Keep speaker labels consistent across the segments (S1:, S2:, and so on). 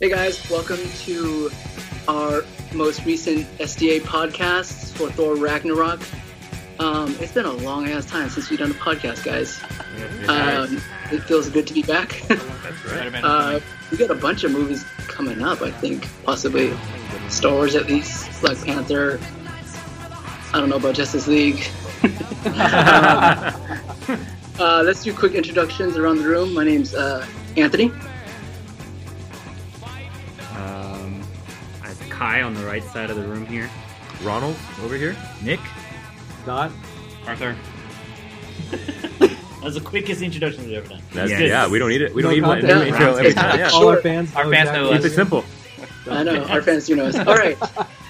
S1: Hey guys, welcome to our most recent SDA podcast for Thor Ragnarok. Um, it's been a long ass time since we've done a podcast, guys.
S2: Uh,
S1: Um, it feels good to be back.
S2: That's right.
S3: Um,
S1: uh, we got a bunch of movies coming up, I think, possibly. Star Wars at least, Black Panther. I don't know about Justice League. Uh, let's do quick introductions around the room. My name's uh, Anthony.
S2: um, I have Kai on the right side of the room here.
S4: Ronald over here.
S2: Nick.
S5: Dot.
S2: Arthur.
S3: That was the quickest introduction we've ever done.
S4: That's,
S2: Yes.
S4: Yeah, we don't need it. We don't
S5: No
S4: need one.
S5: context.
S4: new intro every time. Yeah.
S5: All our fans.
S3: Our
S5: know
S3: fans know
S4: Keep it
S5: exactly
S4: simple.
S1: I know our fans do know us. All right,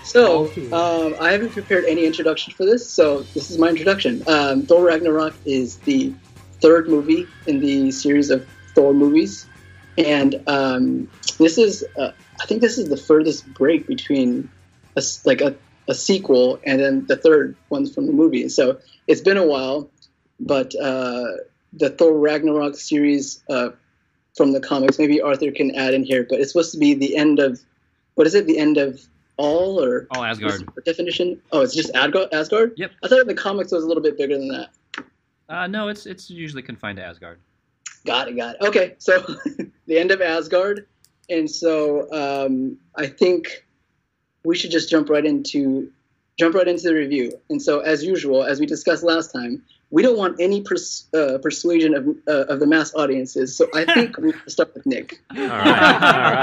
S1: so um, I haven't prepared any introduction for this, so this is my introduction. Um, Thor Ragnarok is the third movie in the series of Thor movies, and um, this is uh, I think this is the furthest break between a s like a, a sequel and then the third ones from the movie. So it's been a while, but uh, the Thor Ragnarok series. Uh, from the comics, maybe Arthur can add in here, but it's supposed to be the end of what is it? The end of all or
S6: All
S1: what's
S6: Asgard.
S1: the definition? Oh, it's just Adgo- Asgard.
S6: Yep.
S1: I thought in the comics it was a little bit bigger than that.
S6: Uh, no, it's it's usually confined to Asgard.
S1: Got it. Got it. Okay, so the end of Asgard, and so um, I think we should just jump right into jump right into the review. And so, as usual, as we discussed last time, we don't want any pers- uh, persuasion of uh, of the mass audiences. So I think we should start with Nick.
S4: All right. All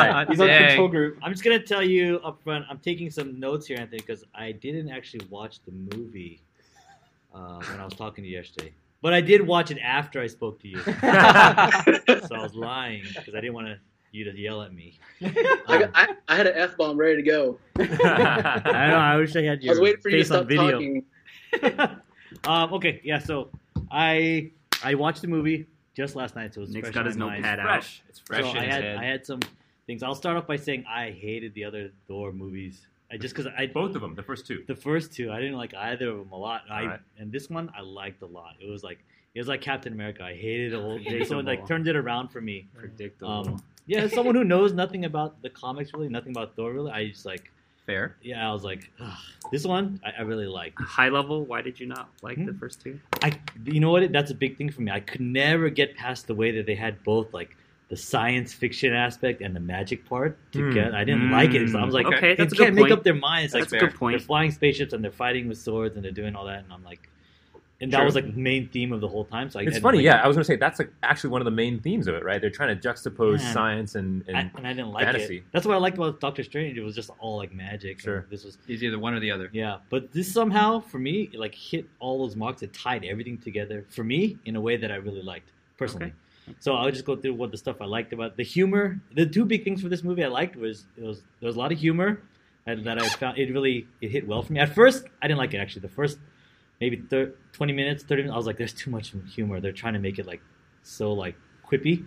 S4: right.
S5: He's on
S6: Dang.
S5: control group.
S3: I'm just gonna tell you up front. I'm taking some notes here, Anthony, because I didn't actually watch the movie uh, when I was talking to you yesterday. But I did watch it after I spoke to you, so I was lying because I didn't want to, you to yell at me.
S1: I,
S3: Um,
S1: got- I, I had an f bomb ready to go.
S3: I know. I wish I had
S1: I was
S3: your
S1: waiting for you to
S3: face on
S1: stop
S3: video.
S1: talking.
S3: um, okay, yeah. So I I watched the movie just last night, so it was
S2: Nick's
S3: fresh
S2: got
S3: in
S2: his
S3: my mind.
S2: notepad out.
S6: It's fresh
S3: so
S6: in
S3: I
S6: his
S3: had
S6: head.
S3: I had some things. I'll start off by saying I hated the other Thor movies. I just because I
S4: Both of them, the first two.
S3: the first two I didn't like either of them a lot. And I
S4: Alright.
S3: and this one I liked a lot. It was like it was like Captain America. I hated it whole day.
S2: Predictable.
S3: Someone like turned it around for me.
S2: Predictable.
S3: Um, yeah, as someone who knows nothing about the comics really, nothing about Thor really. I just like
S6: Fair.
S3: yeah, I was like Ugh. this one I, I really liked.
S2: High level. Why did you not like
S3: Hmm?
S2: the first two?
S3: I, you know what? That's a big thing for me. I could never get past the way that they had both like the science fiction aspect and the magic part
S4: Hmm.
S3: together. I didn't like it. So I was like,
S2: Okay,
S3: okay, they
S2: that's a
S3: can't
S2: good
S3: make
S2: point.
S3: up their minds. Like
S2: That's a good point.
S3: they're flying spaceships and they're fighting with swords and they're doing all that. And I'm like, and that
S2: True.
S3: was like the main theme of the whole time. So I
S4: It's
S3: didn't
S4: funny,
S3: like
S4: yeah.
S3: it.
S4: I was gonna say that's like actually one of the main themes of it, right? They're trying to juxtapose
S3: Yeah.
S4: science and, and
S3: I, and I didn't like
S4: fantasy.
S3: it. That's what I liked about Doctor Strange. It was just all like magic. and
S4: Sure.
S3: This was
S6: It's either one or the other.
S3: Yeah, but this somehow for me it like hit all those marks. It tied everything together for me in a way that I really liked personally. So I'll just go through what the stuff I liked about the humor. The two big things for this movie I liked was it was there was a lot of humor and that I found it really it hit well for me. At first I didn't like it actually. The first maybe thir- twenty minutes, thirty minutes, I was like, there's too much humor. They're trying to make it like so like quippy.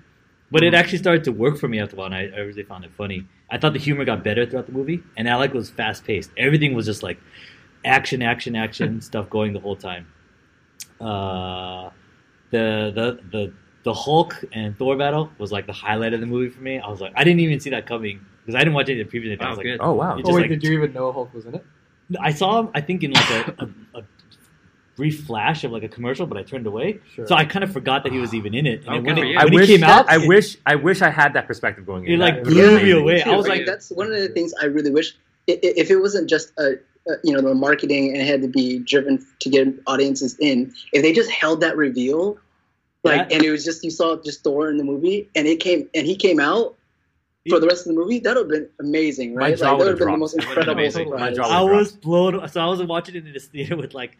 S3: But
S4: Mm-hmm.
S3: it actually started to work for me after a while, and I, I really found it funny. I thought the humor got better throughout the movie, and Alec was fast paced. Everything was just like action, action, action stuff going the whole time. Uh, the the the the Hulk and Thor battle was like the highlight of the movie for me. I was like, I didn't even see that coming because I didn't watch any of the previous. I
S6: Wow,
S3: was like,
S6: good.
S4: Oh wow.
S3: It
S5: Oh
S3: just,
S5: wait,
S3: like-
S5: did you even know Hulk was in it?
S3: I saw him. I think in like a, a, a brief flash of like a commercial, but I turned away.
S5: Sure.
S3: So I kind of forgot that he was even in it. And
S6: Oh,
S3: then
S6: good
S3: when
S6: for
S3: it,
S6: you.
S4: I
S3: when it
S4: wish
S3: came
S4: that,
S3: out,
S4: I
S3: it-
S4: wish I wish I had that perspective going in.
S3: It,
S4: That
S3: like,
S4: would've
S3: blew
S4: been
S3: me
S4: amazing.
S3: away. I
S1: Dude,
S3: was
S1: like,
S3: like-
S1: that's one of the things I really wish. i- i- If it wasn't just a, a you know the marketing and it had to be driven to get audiences in, if they just held that reveal, like,
S3: Yeah.
S1: and it was just you saw just Thor in the movie, and it came and he came out for the rest of the movie, that would have been amazing,
S4: My
S1: right?
S4: jaw
S1: Like, that would have been
S4: would've
S1: the
S4: dropped.
S1: most
S6: That would've been
S1: incredible
S6: amazing.
S4: My
S1: surprise.
S4: jaw
S3: I
S4: dropped.
S3: was blown. So I was watching it in this theater with like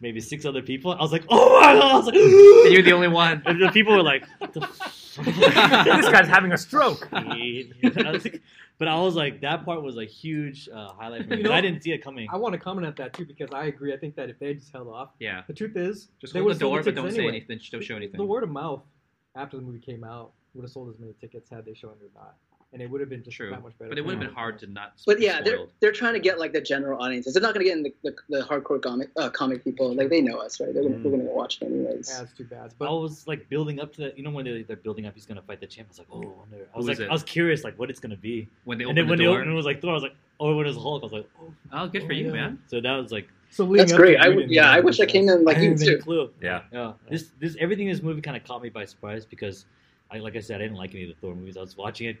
S3: maybe six other people. I was like, oh my god! I was like,
S6: And you're the only one.
S3: and the people were like, what the
S4: this
S3: fuck?
S4: guy's having a stroke.
S3: I was like- but I was like, that part was a huge uh, highlight for me.
S5: You know-
S3: I didn't see it coming.
S5: I want to comment on that too because I agree. I think that if they had just held off,
S6: Yeah.
S5: the truth is,
S6: Just
S5: they
S6: hold the
S5: would've sold
S6: door, but
S5: tickets
S6: don't say
S5: anyway.
S6: anything. Just don't show anything.
S5: The word of mouth after the movie came out would have sold as many tickets had they shown it or not. and it would have been just
S6: True.
S5: that much better.
S6: But it would have
S5: Yeah.
S6: been hard to not.
S1: But
S6: be
S1: yeah, they're
S6: spoiled.
S1: they're trying to get like the general audiences. They're not going to get in the, the, the hardcore comic uh, comic people. Like they know us, right? They're going
S4: Mm.
S1: to to watch it anyways.
S5: Yeah, it's too bad.
S3: I
S5: But
S3: was like building up to that. You know when they're, they're building up, he's gonna fight the champ. I was like, oh, I wonder. I was
S6: Who
S3: like,
S6: is it?
S3: I was curious, like what it's gonna be.
S6: when they
S3: and
S6: opened
S3: then
S6: the
S3: when they
S6: door.
S3: opened, it was like Thor. I was like, oh, when it was Hulk, I was like, oh,
S6: oh, good for
S3: oh,
S6: you,
S3: yeah.
S6: man.
S3: So that was like,
S5: so leading
S1: That's
S5: up to
S1: great.
S5: it,
S1: I
S5: you
S1: w-
S5: didn't
S1: yeah,
S5: know
S1: I
S5: that
S1: wish I
S5: was
S1: came in like
S3: I
S1: you
S3: didn't have any
S1: too.
S3: clue.
S4: Yeah.
S3: Yeah, this this everything in this movie kind of caught me by surprise because, I, like I said, I didn't like any of the Thor movies. I was watching it.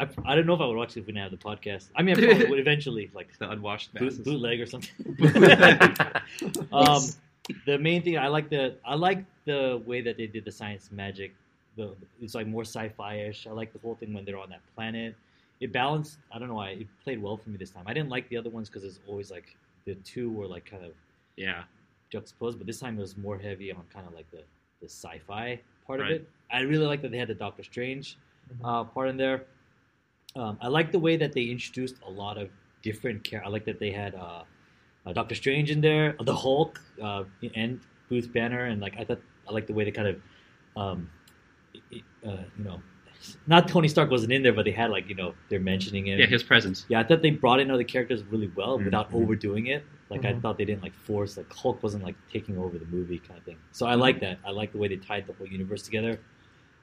S3: I, I don't know if I would watch it if we didn't have the podcast. I mean, I probably would eventually, like
S6: The unwashed masses.
S3: boot, bootleg or something.
S4: yeah.
S3: um, the main thing I like the I like the way that they did the science magic. The it's like more sci-fi-ish. I like the whole thing when they're on that planet. It balanced. I don't know why it played well for me this time. I didn't like the other ones because it's always like the two were like kind of
S6: Yeah.
S3: juxtaposed, but this time it was more heavy on kind of like the, the sci-fi part
S6: Right.
S3: of it. I really like that they had the Doctor Strange
S5: Mhm.
S3: uh, part in there. Um, I like the way that they introduced a lot of different characters. I like that they had uh, uh, Doctor Strange in there, the Hulk, uh, and Bruce Banner, and like I thought I like the way they kind of, um, i- i- uh, you know, not Tony Stark wasn't in there, but they had like you know they're mentioning him.
S6: Yeah, his presence.
S3: Yeah, I thought they brought in other characters really well without
S4: Mhm.
S3: overdoing it. Like I
S5: Mhm.
S3: thought they didn't like force like Hulk wasn't like taking over the movie kind of thing. So I like that. I like the way they tied the whole universe together.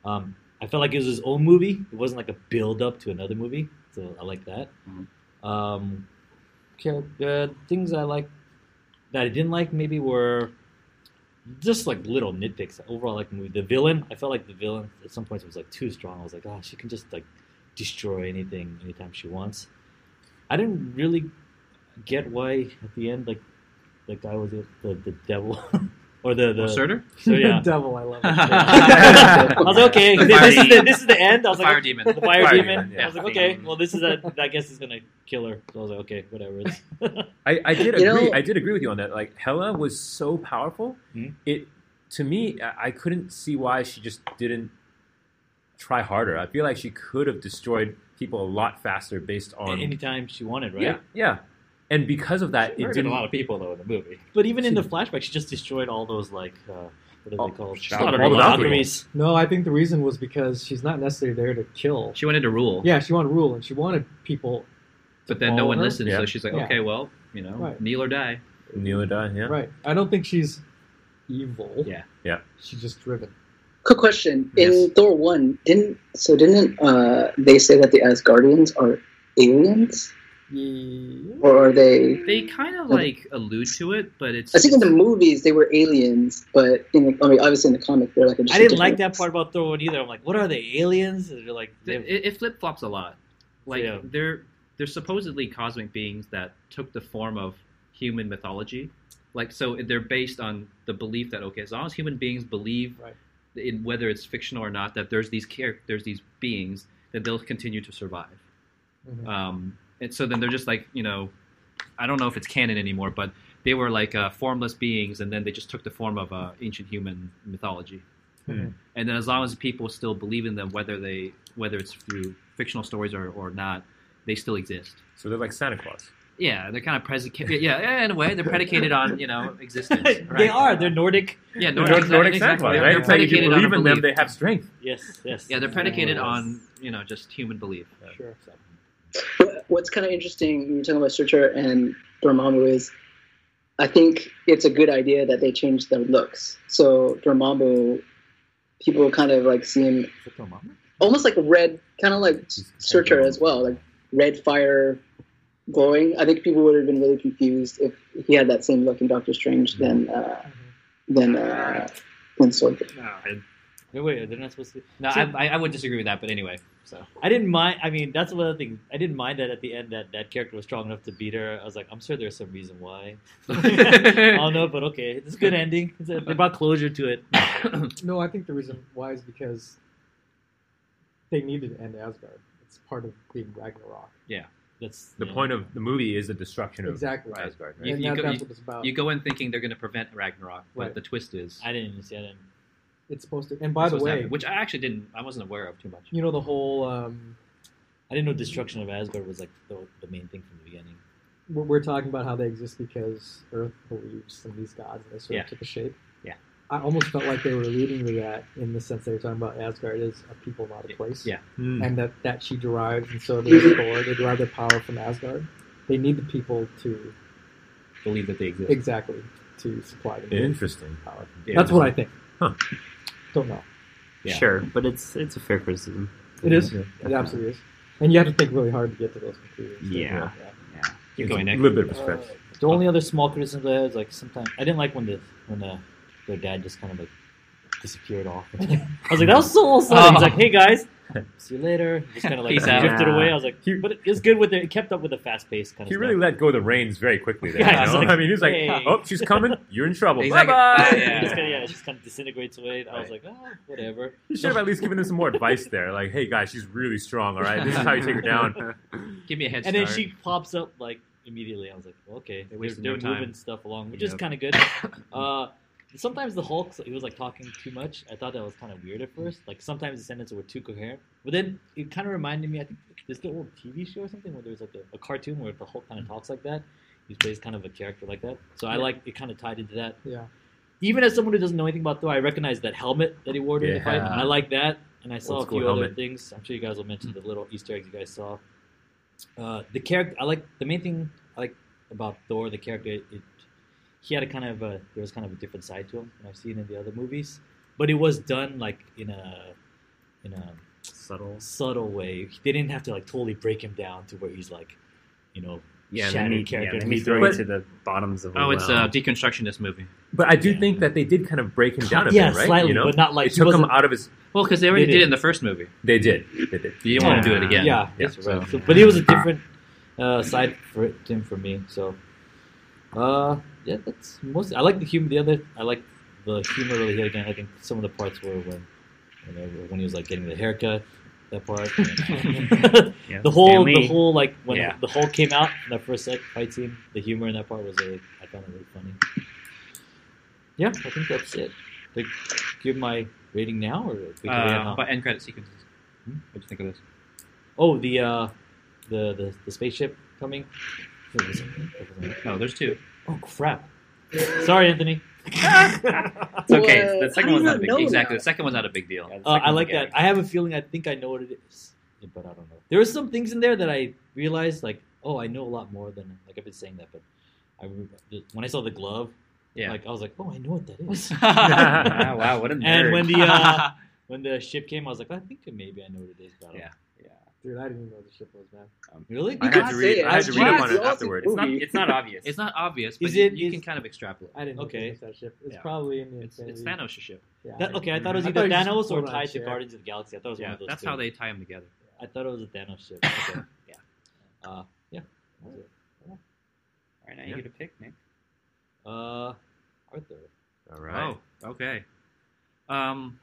S3: Um, I felt like it was his own movie. It wasn't like a build up to another movie. So I like that.
S6: Mhm.
S3: Um, char- uh, things I like that I didn't like maybe were just like little nitpicks. Overall, I like the movie. The villain, I felt like the villain at some points was like too strong. I was like, oh, she can just like destroy anything anytime she wants. I didn't really get why at the end like the guy was the the, the devil or the the
S6: Surtur?
S3: so yeah.
S5: the devil, I love it.
S3: I was like, okay,
S6: The
S3: this,
S6: fire
S3: is the,
S6: demon.
S3: this is the end. I was
S6: The
S3: like,
S6: fire demon.
S3: the fire,
S4: Fire
S3: demon.
S4: demon, yeah.
S3: I was like, okay, well, this is a, I guess it's gonna kill her. So I was like, okay, whatever. It's,
S4: I, I did
S1: You
S4: agree.
S1: know-
S4: I did agree with you on that. Like Hela was so powerful.
S3: Mhm.
S4: It to me, I I couldn't see why she just didn't try harder. I feel like she could have destroyed people a lot faster based on
S3: anytime she wanted, right?
S4: yeah yeah. And because of that,
S3: She
S4: it
S3: murdered
S4: didn't.
S3: a lot of people though in the movie. But even in the flashback, she just destroyed all those like uh, what are
S4: Oh,
S3: they called?
S6: she
S4: slaughtered
S3: all
S4: all
S3: the
S4: the
S3: Valkyries.
S5: No, I think the reason was because she's not necessarily there to kill.
S6: She wanted to rule.
S5: Yeah, she wanted rule, and she wanted people.
S6: But then no one
S5: Follow her?
S6: listened,
S4: Yeah.
S6: so she's like,
S5: Yeah.
S6: okay, well, you know,
S5: Right.
S6: kneel or die.
S4: Neela died, yeah.
S5: Right. I don't think she's evil.
S6: Yeah.
S4: Yeah.
S5: She's just driven.
S1: Quick question:
S6: Yes.
S1: In Thor one, didn't so didn't uh, they say that the Asgardians are aliens,
S5: Yeah.
S1: or are they?
S6: They kind of
S1: Yeah.
S6: like allude to it, but it's.
S1: I think in the movies they were aliens, but in the, I mean, obviously in the comic they're like. A
S3: I didn't like that part about Thor one either. I'm like, what are they aliens? And They're like, they
S6: it, it flip flops a lot. Like
S3: Yeah.
S6: they're they're supposedly cosmic beings that took the form of human mythology. Like so, they're based on the belief that okay, as long as human beings believe
S5: Right.
S6: in whether it's fictional or not, that there's these char- there's these beings that they'll continue to survive.
S5: Mhm.
S6: Um, and so then they're just like you know, I don't know if it's canon anymore, but they were like uh, formless beings, and then they just took the form of uh, ancient human mythology
S3: Hmm.
S6: and then as long as people still believe in them, whether they whether it's through fictional stories or, or not, they still exist.
S4: So they're like Santa Claus.
S6: Yeah, they're kind of predicated. Yeah, yeah, in a way, they're predicated on you know existence.
S3: they
S6: right?
S3: are. They're Nordic.
S6: yeah,
S4: Nor-
S6: Nordic,
S4: Nordic,
S6: exactly.
S4: Santa Claus,
S6: They're,
S4: right?
S6: they're
S4: So if you
S6: predicated on a
S4: believe in them,
S6: belief.
S4: they have strength.
S3: Yes, yes.
S6: yeah, they're predicated
S3: Yes.
S6: on you know just human belief.
S5: Sure.
S1: What's kind of interesting when you're talking about Surtur and Dormammu is, I think it's a good idea that they changed their looks. So Dormammu, people kind of like see him
S3: Is it Dormammu?
S1: almost like red, kind of like Searcher as well, like red fire glowing. I think people would have been really confused if he had that same look in Doctor Strange than uh, than uh, than Soldier.
S3: No, wait, they're not supposed to.
S6: No,
S3: So-
S6: I, I- I would disagree with that, but anyway. So
S3: I didn't mind. I mean, that's one of the things. I didn't mind that at the end that that character was strong enough to beat her. I was like, I'm sure there's some reason why. I don't know, but okay, it's a good ending. It's a, they brought closure to it.
S5: No, I think the reason why is because they needed to end Asgard. It's part of being Ragnarok.
S3: That's
S4: The point of the movie is the destruction of
S5: Exactly.
S4: Asgard. Right?
S6: You-
S5: and
S6: you
S5: that,
S6: go-
S5: that's what it's about.
S6: you go in thinking they're going to prevent Ragnarok, but
S5: Right.
S6: the twist is.
S3: I didn't even see it.
S5: it's supposed to. And by the
S6: supposed to
S5: way,
S6: happen, which I actually didn't, I wasn't aware of too much.
S5: you know the whole um,
S3: I didn't know destruction of Asgard was like the, the main thing from the beginning.
S5: we're- we're talking about how they exist because Earth believes in these gods and they sort
S3: Yeah.
S5: of took a shape.
S3: Yeah.
S5: I almost felt like they were alluding to that in the sense they were talking about Asgard as a people, not a place.
S3: Yeah.
S4: Hmm.
S5: And that, that she derives, and so does Thor. They derive their power from Asgard. They need the people to
S3: Believe that they exist.
S5: exactly to supply them with
S4: Interesting.
S5: power.
S3: Yeah,
S5: That's what I think.
S4: Huh.
S5: Don't know.
S3: Yeah.
S2: Sure, but it's it's a fair criticism.
S5: It is.
S2: Yeah.
S5: It absolutely is. And you have to think really hard to get to those conclusions.
S2: Yeah.
S3: Keep going,
S4: It's
S3: Nick.
S4: A little bit of a stretch.
S3: The
S4: Oh.
S3: only other small criticism I had is like sometimes I didn't like when the when uh, their dad just kind of like disappeared off. I was like, that was so all sudden.
S4: Oh.
S3: He's like, hey guys, see you later. He Just kind of like
S6: Peace out.
S3: drifted away. I was like,
S4: He-
S3: but it was good with it. It kept up with the fast pace kind of.
S4: He
S3: stuff.
S4: really let go of the reins very quickly there.
S3: Yeah,
S4: you
S3: it's
S4: know?
S3: like,
S4: I mean, he was like,
S3: hey.
S4: oh, she's coming. You're in trouble.
S6: He's
S4: Bye
S6: like,
S4: bye.
S6: "Bye."
S3: yeah.
S6: Yeah.
S3: Just kind of, yeah, it just kind of disintegrates away. I was like, oh, whatever.
S4: You should have at least given him some more advice there. Like, hey, guys, she's really strong, all right? This is how you take her down.
S6: Give me a head
S3: And
S6: start.
S3: then she pops up like immediately. I was like, okay,
S6: They
S3: they're,
S6: wasted
S3: they're
S6: no time.
S3: moving stuff along, which is
S6: Yep.
S3: kind of good. Uh, sometimes the Hulk he was like talking too much. I thought that was kind of weird at first. Like sometimes the sentences were too coherent. But then it kind of reminded me. I think there's the old TV show or something where there's like a, a cartoon where the Hulk kind of talks like that. He plays kind of a character like that. So I
S5: Yeah.
S3: like it. Kind of tied into that.
S5: Yeah.
S3: Even as someone who doesn't know anything about Thor, I recognize that helmet that he wore during the fight.
S4: Yeah.
S3: I like that. And I saw
S4: Old
S3: a
S4: school
S3: few other
S4: helmet.
S3: things. I'm sure you guys will mention the little Easter eggs you guys saw. Uh, the character, I like the main thing I like about Thor, the character, it, he had a kind of a there was kind of a different side to him than I've seen in the other movies, but it was done like in a in a
S2: Subtle.
S3: subtle way. They didn't have to like totally break him down to where he's like, you know,
S2: Yeah, then
S3: shattered
S2: he, yeah,
S3: character.
S2: then he
S3: He's
S2: throw you
S4: But-
S2: to the bottoms of a
S6: oh, it's a
S2: well.
S6: uh, deconstructionist movie.
S4: But I do
S3: Yeah.
S4: think that they did kind of break him down a
S3: yeah,
S4: bit, right?
S3: slightly,
S4: you know?
S3: but not like
S4: it
S3: he
S4: took him
S3: wasn't-
S4: out of his.
S6: Well, because they already
S3: They
S6: did
S3: did.
S6: it in the first movie.
S4: They did. They did.
S6: You don't want to do it
S2: Yeah.
S6: again. Uh,
S3: Yeah,
S4: Yeah,
S3: that's
S6: so-
S3: right. So- but it was a different uh, side for it, Tim for me. So, uh, yeah, that's most. I like the humor. The other, I like the humor really here again. I think some of the parts were when, when, they were- when he was like getting the haircut. That part. and, uh,
S2: Yeah.
S3: the whole,
S2: Stan
S3: the
S2: Lee.
S3: whole like when
S2: Yeah.
S3: the whole came out in that first sec- fight scene. The humor in that part was really, I found it really funny. Yeah, I think that's it. Like, give my rating now, or we can wait
S6: Uh,
S3: on-
S6: but end credit sequences. What do you think of this?
S3: Oh, the uh, the, the the spaceship coming. Wait, was it- was it-
S6: No, there's two.
S3: Oh crap! Sorry, Anthony.
S6: It's okay.
S1: What?
S6: The
S1: How do
S6: second one's
S1: you
S6: not a
S1: not
S6: big
S1: know
S6: Exactly.
S1: that?
S6: The second one's not a big deal.
S3: Uh, I like that. I have a feeling. I think I know what it is, yeah, but I don't know. There were some things in there that I realized, like, oh, I know a lot more than like I've been saying that, but I re- when I saw the glove,
S6: Yeah.
S3: like I was like, oh, I know what that is.
S2: Ah, wow, what a nerd.
S3: and when the uh, when the ship came, I was like, I think maybe I know what it is. But I don't
S6: Yeah.
S5: Dude, I didn't even know the ship was man.
S3: know. Really?
S4: I had to read. I had to read up on it afterward.
S2: it's, not, it's not obvious.
S6: it's not obvious, but
S3: Is
S6: you,
S3: it-
S6: you
S3: is-
S6: can kind of extrapolate.
S5: I didn't
S3: Okay.
S5: okay. know that ship. It's
S6: Yeah.
S5: probably in the
S6: It's,
S5: Infinity.
S6: it's Thanos' ship.
S5: Yeah.
S3: That- okay, I thought it was
S5: I
S3: either
S5: thought you
S3: Thanos
S5: just
S3: or
S5: pulled on a
S3: tied to
S5: chair.
S3: Guardians of the Galaxy. I thought it was one
S6: Yeah,
S3: of those.
S6: that's
S3: two.
S6: how they tie them together.
S3: I thought it was a Thanos ship. Okay. yeah. Uh, yeah. that's it.
S2: All right, now you get a pick, Nick.
S3: Uh, Arthur.
S4: All right.
S6: Oh, okay. Um,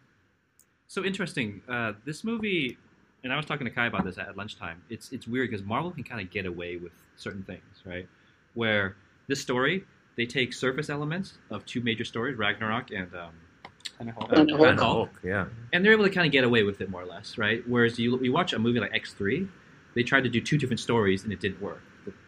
S6: so interesting. Uh, this movie, and I was talking to Kai about this at, at lunchtime. It's it's weird because Marvel can kind of get away with certain things, right? Where this story, they take surface elements of two major stories, Ragnarok and um,
S1: And
S6: uh,
S1: Hulk.
S6: and Hulk,
S4: Yeah.
S6: and they're able to kind of get away with it more or less, right? Whereas you, you watch a movie like X three, they tried to do two different stories and it didn't work.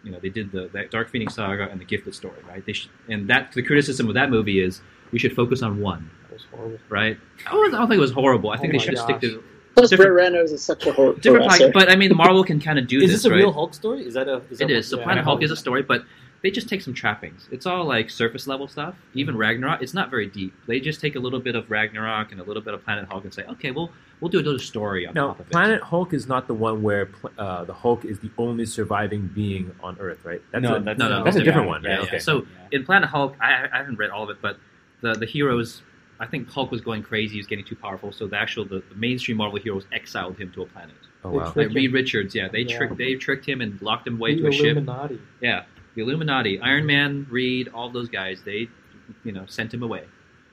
S6: You know, they did the, the Dark Phoenix saga and the Gifted story, right? They should, and that the criticism of that movie is we should focus on one,
S5: That was horrible.
S6: right? I don't, I don't think it was horrible. I think
S5: Oh my
S6: they should stick to
S1: Plus, Brett
S6: Different-
S1: Renner is such a hor-
S6: different.
S1: harasser.
S6: pocket- but I mean, Marvel can kind of do
S3: Is
S6: this,
S3: this a
S6: right?
S3: real Hulk story? Is that a? Is that
S6: It is. So
S3: yeah.
S6: Planet Hulk is a story, but they just take some trappings. It's all like surface level stuff. Even Ragnarok, it's not very deep. They just take a little bit of Ragnarok and a little bit of Planet Hulk and say, okay, well, we'll do a little story on
S4: Now,
S6: top of it.
S4: Planet Hulk is not the one where pl- uh, the Hulk is the only surviving being on Earth, right?
S2: No,
S4: a,
S2: that's-
S6: no, no,
S4: that's a
S6: no.
S4: different one.
S6: Yeah,
S4: right?
S6: yeah.
S4: Okay.
S6: So in Planet Hulk, I, I haven't read all of it, but the the heroes, I think Hulk was going crazy. He was getting too powerful. So the actual the, the mainstream Marvel heroes exiled him to a planet.
S4: Oh
S5: They
S4: wow.
S5: tricked
S6: Like
S5: him.
S6: Reed Richards, yeah, they
S5: Yeah.
S6: tricked they tricked him and locked him away
S5: the
S6: to a ship.
S5: Illuminati.
S6: Yeah, the Illuminati, Iron Man, Reed, all those guys, they, you know, sent him away.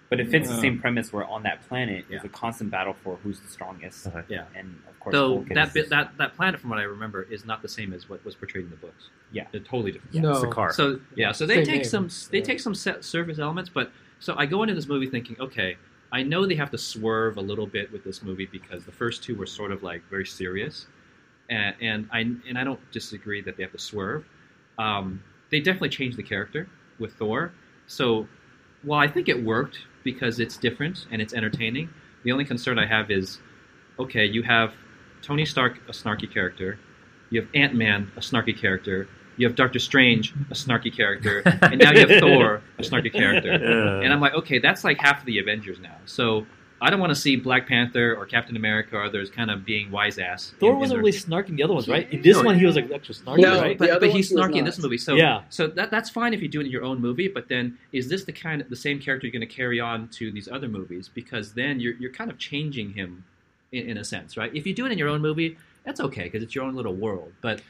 S2: But it fits the
S6: Yeah.
S2: same premise where on that planet is
S6: Yeah. Uh-huh.
S2: a constant battle for who's the strongest.
S4: Okay.
S6: Yeah.
S2: And of course,
S6: Though
S2: Hulk is-
S6: that bit, that that planet, from what I remember, is not the same as what was portrayed in the books.
S2: Yeah.
S6: they're totally different.
S5: no.
S4: It's a car.
S6: Oh, So yeah, so they
S5: Same
S6: take
S5: name.
S6: some they
S5: Yeah.
S6: take some set surface elements, but so I go into this movie thinking, okay, I know they have to swerve a little bit with this movie because the first two were sort of like very serious, and, and I and I don't disagree that they have to swerve. Um, they definitely changed the character with Thor, so while I think it worked because it's different and it's entertaining. The only concern I have is, okay, you have Tony Stark, a snarky character. You have Ant Man, a snarky character. You have Doctor Strange, a snarky character, and now you have Thor, a snarky character. And I'm like, okay, that's like half of the Avengers now. So I don't want to see Black Panther or Captain America or others kind of being wise ass.
S3: Thor
S6: in- in
S3: wasn't
S6: their-
S3: really snarking the other ones, right? In this
S6: No.
S3: one, he was like extra snarky,
S1: No, The
S3: right?
S6: But,
S1: other
S6: but
S1: one
S6: he's
S1: he was
S6: snarky
S1: not.
S6: in this movie, so
S3: Yeah.
S6: So that that's fine if you do it in your own movie. But then, is this the kind the same character you're going to carry on to these other movies? Because then you're you're kind of changing him in, in a sense, right? If you do it in your own movie, that's okay because it's your own little world. But